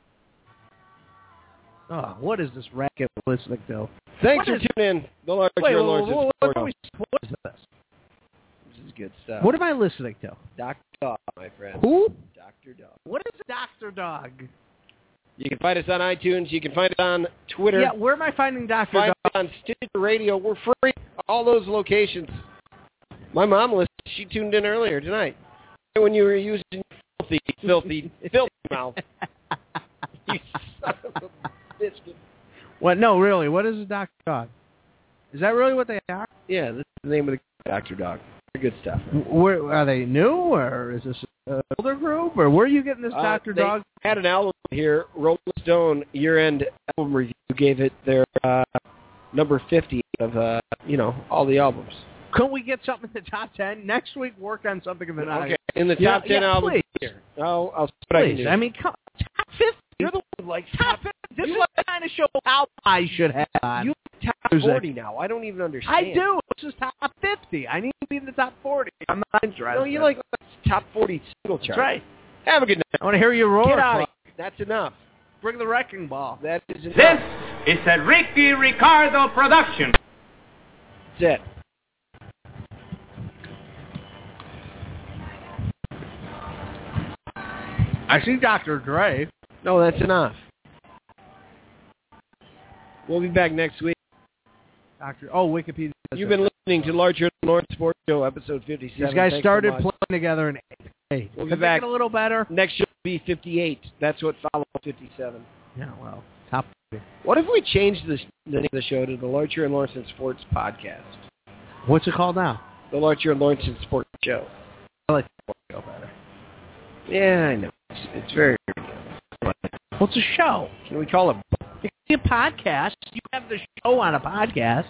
Speaker 1: Oh, what is this racket we're listening to? What
Speaker 3: Thanks for
Speaker 1: is-
Speaker 3: tuning in. The Lord,
Speaker 1: Wait,
Speaker 3: your
Speaker 1: whoa,
Speaker 3: Lord,
Speaker 1: whoa, whoa, what, are we- what is this?
Speaker 3: This is good stuff.
Speaker 1: What am I listening to?
Speaker 3: Dr. Dog, my friend.
Speaker 1: Who?
Speaker 3: Dr. Dog.
Speaker 1: What is Doctor Dog?
Speaker 3: You can find us on iTunes. You can find us on Twitter.
Speaker 1: Yeah, where am I finding Doctor
Speaker 3: find
Speaker 1: Dog?
Speaker 3: us on Stitcher Radio. We're free. All those locations. My mom listened. She tuned in earlier tonight. When you were using your filthy, filthy, filthy mouth. You son of a bitch.
Speaker 1: What? No, really. What is a Doctor Dog? Is that really what they are?
Speaker 3: Yeah, that's the name of the Dr. Dog. Good stuff.
Speaker 1: Where, are they new, or is this an older group, or where are you getting this
Speaker 3: Uh,
Speaker 1: Doctor
Speaker 3: they
Speaker 1: Dog?
Speaker 3: had an album here, Rolling Stone year-end album review gave it their uh, number 50 of uh, you know all the albums.
Speaker 1: Couldn't we get something in the top ten next week? Work on something in the top
Speaker 3: Okay, in the
Speaker 1: Yeah,
Speaker 3: top 10
Speaker 1: yeah,
Speaker 3: albums.
Speaker 1: please.
Speaker 3: Here. I'll, I'll see what I can
Speaker 1: Please,
Speaker 3: do.
Speaker 1: I mean, come, top 50. You're the one who likes top 50. This is the kind of show how I should have. on.
Speaker 3: you top
Speaker 1: Music.
Speaker 3: 40 now. I don't even understand.
Speaker 1: I do. This is top 50. I need to be in the top 40. I'm not interested.
Speaker 3: No, you like top 40 single chart.
Speaker 1: That's right.
Speaker 3: Have a good night.
Speaker 1: I want to hear you roar.
Speaker 3: Get out of
Speaker 1: Clark.
Speaker 3: here. That's enough.
Speaker 1: Bring the wrecking ball.
Speaker 3: That is enough.
Speaker 10: This is a Ricky Ricardo production.
Speaker 3: That's it.
Speaker 1: I see Dr. Dre.
Speaker 3: No, that's enough. We'll be back next week.
Speaker 1: Dr. Oh, Wikipedia. says
Speaker 3: You've
Speaker 1: it.
Speaker 3: been listening to Larger Than Lawrence Sports Show, episode 57.
Speaker 1: These guys
Speaker 3: Thanks so
Speaker 1: started
Speaker 3: much.
Speaker 1: playing together in eighth grade.
Speaker 3: We'll be
Speaker 1: Could they
Speaker 3: back.
Speaker 1: get a little better.
Speaker 3: Next show will be 58. That's what follows 57.
Speaker 1: Yeah, well, top 40.
Speaker 3: What if we change this, the name of the show to the Larcher and Lawrence Sports Podcast?
Speaker 1: What's it called now?
Speaker 3: The Larcher and Lawrence Sports Show.
Speaker 1: I like
Speaker 3: the show better. Yeah, I know. It's, it's very.
Speaker 1: Well, it's a show.
Speaker 3: Can we call it?
Speaker 1: It could be a podcast. You have the show on a podcast.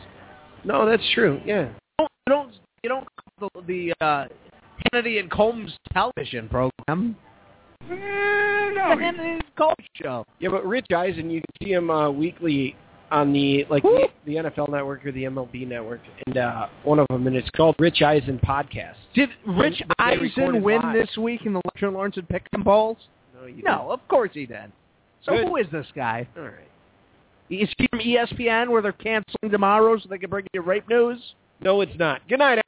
Speaker 3: No, that's true. Yeah.
Speaker 1: don't you don't you don't call the, the uh, Hannity and Combs television program.
Speaker 3: Eh,
Speaker 1: The Hannity and Combs show.
Speaker 3: Yeah, but Rich Eisen, you can see him uh, weekly on the like
Speaker 1: Who?
Speaker 3: the, the NFL Network or the MLB Network, and uh, one of them, and it's called Rich Eisen Podcast.
Speaker 1: Did Rich
Speaker 3: But they
Speaker 1: Eisen
Speaker 3: recorded
Speaker 1: win
Speaker 3: live.
Speaker 1: this week in the Lecture and Lawrence and Pick'em Balls?
Speaker 3: No, you
Speaker 1: No, of course he did. So
Speaker 3: Good.
Speaker 1: who is this guy?
Speaker 3: All right.
Speaker 1: E Is he from ESPN where they're canceling tomorrow so they can bring you rape news?
Speaker 3: No, it's not. Good night,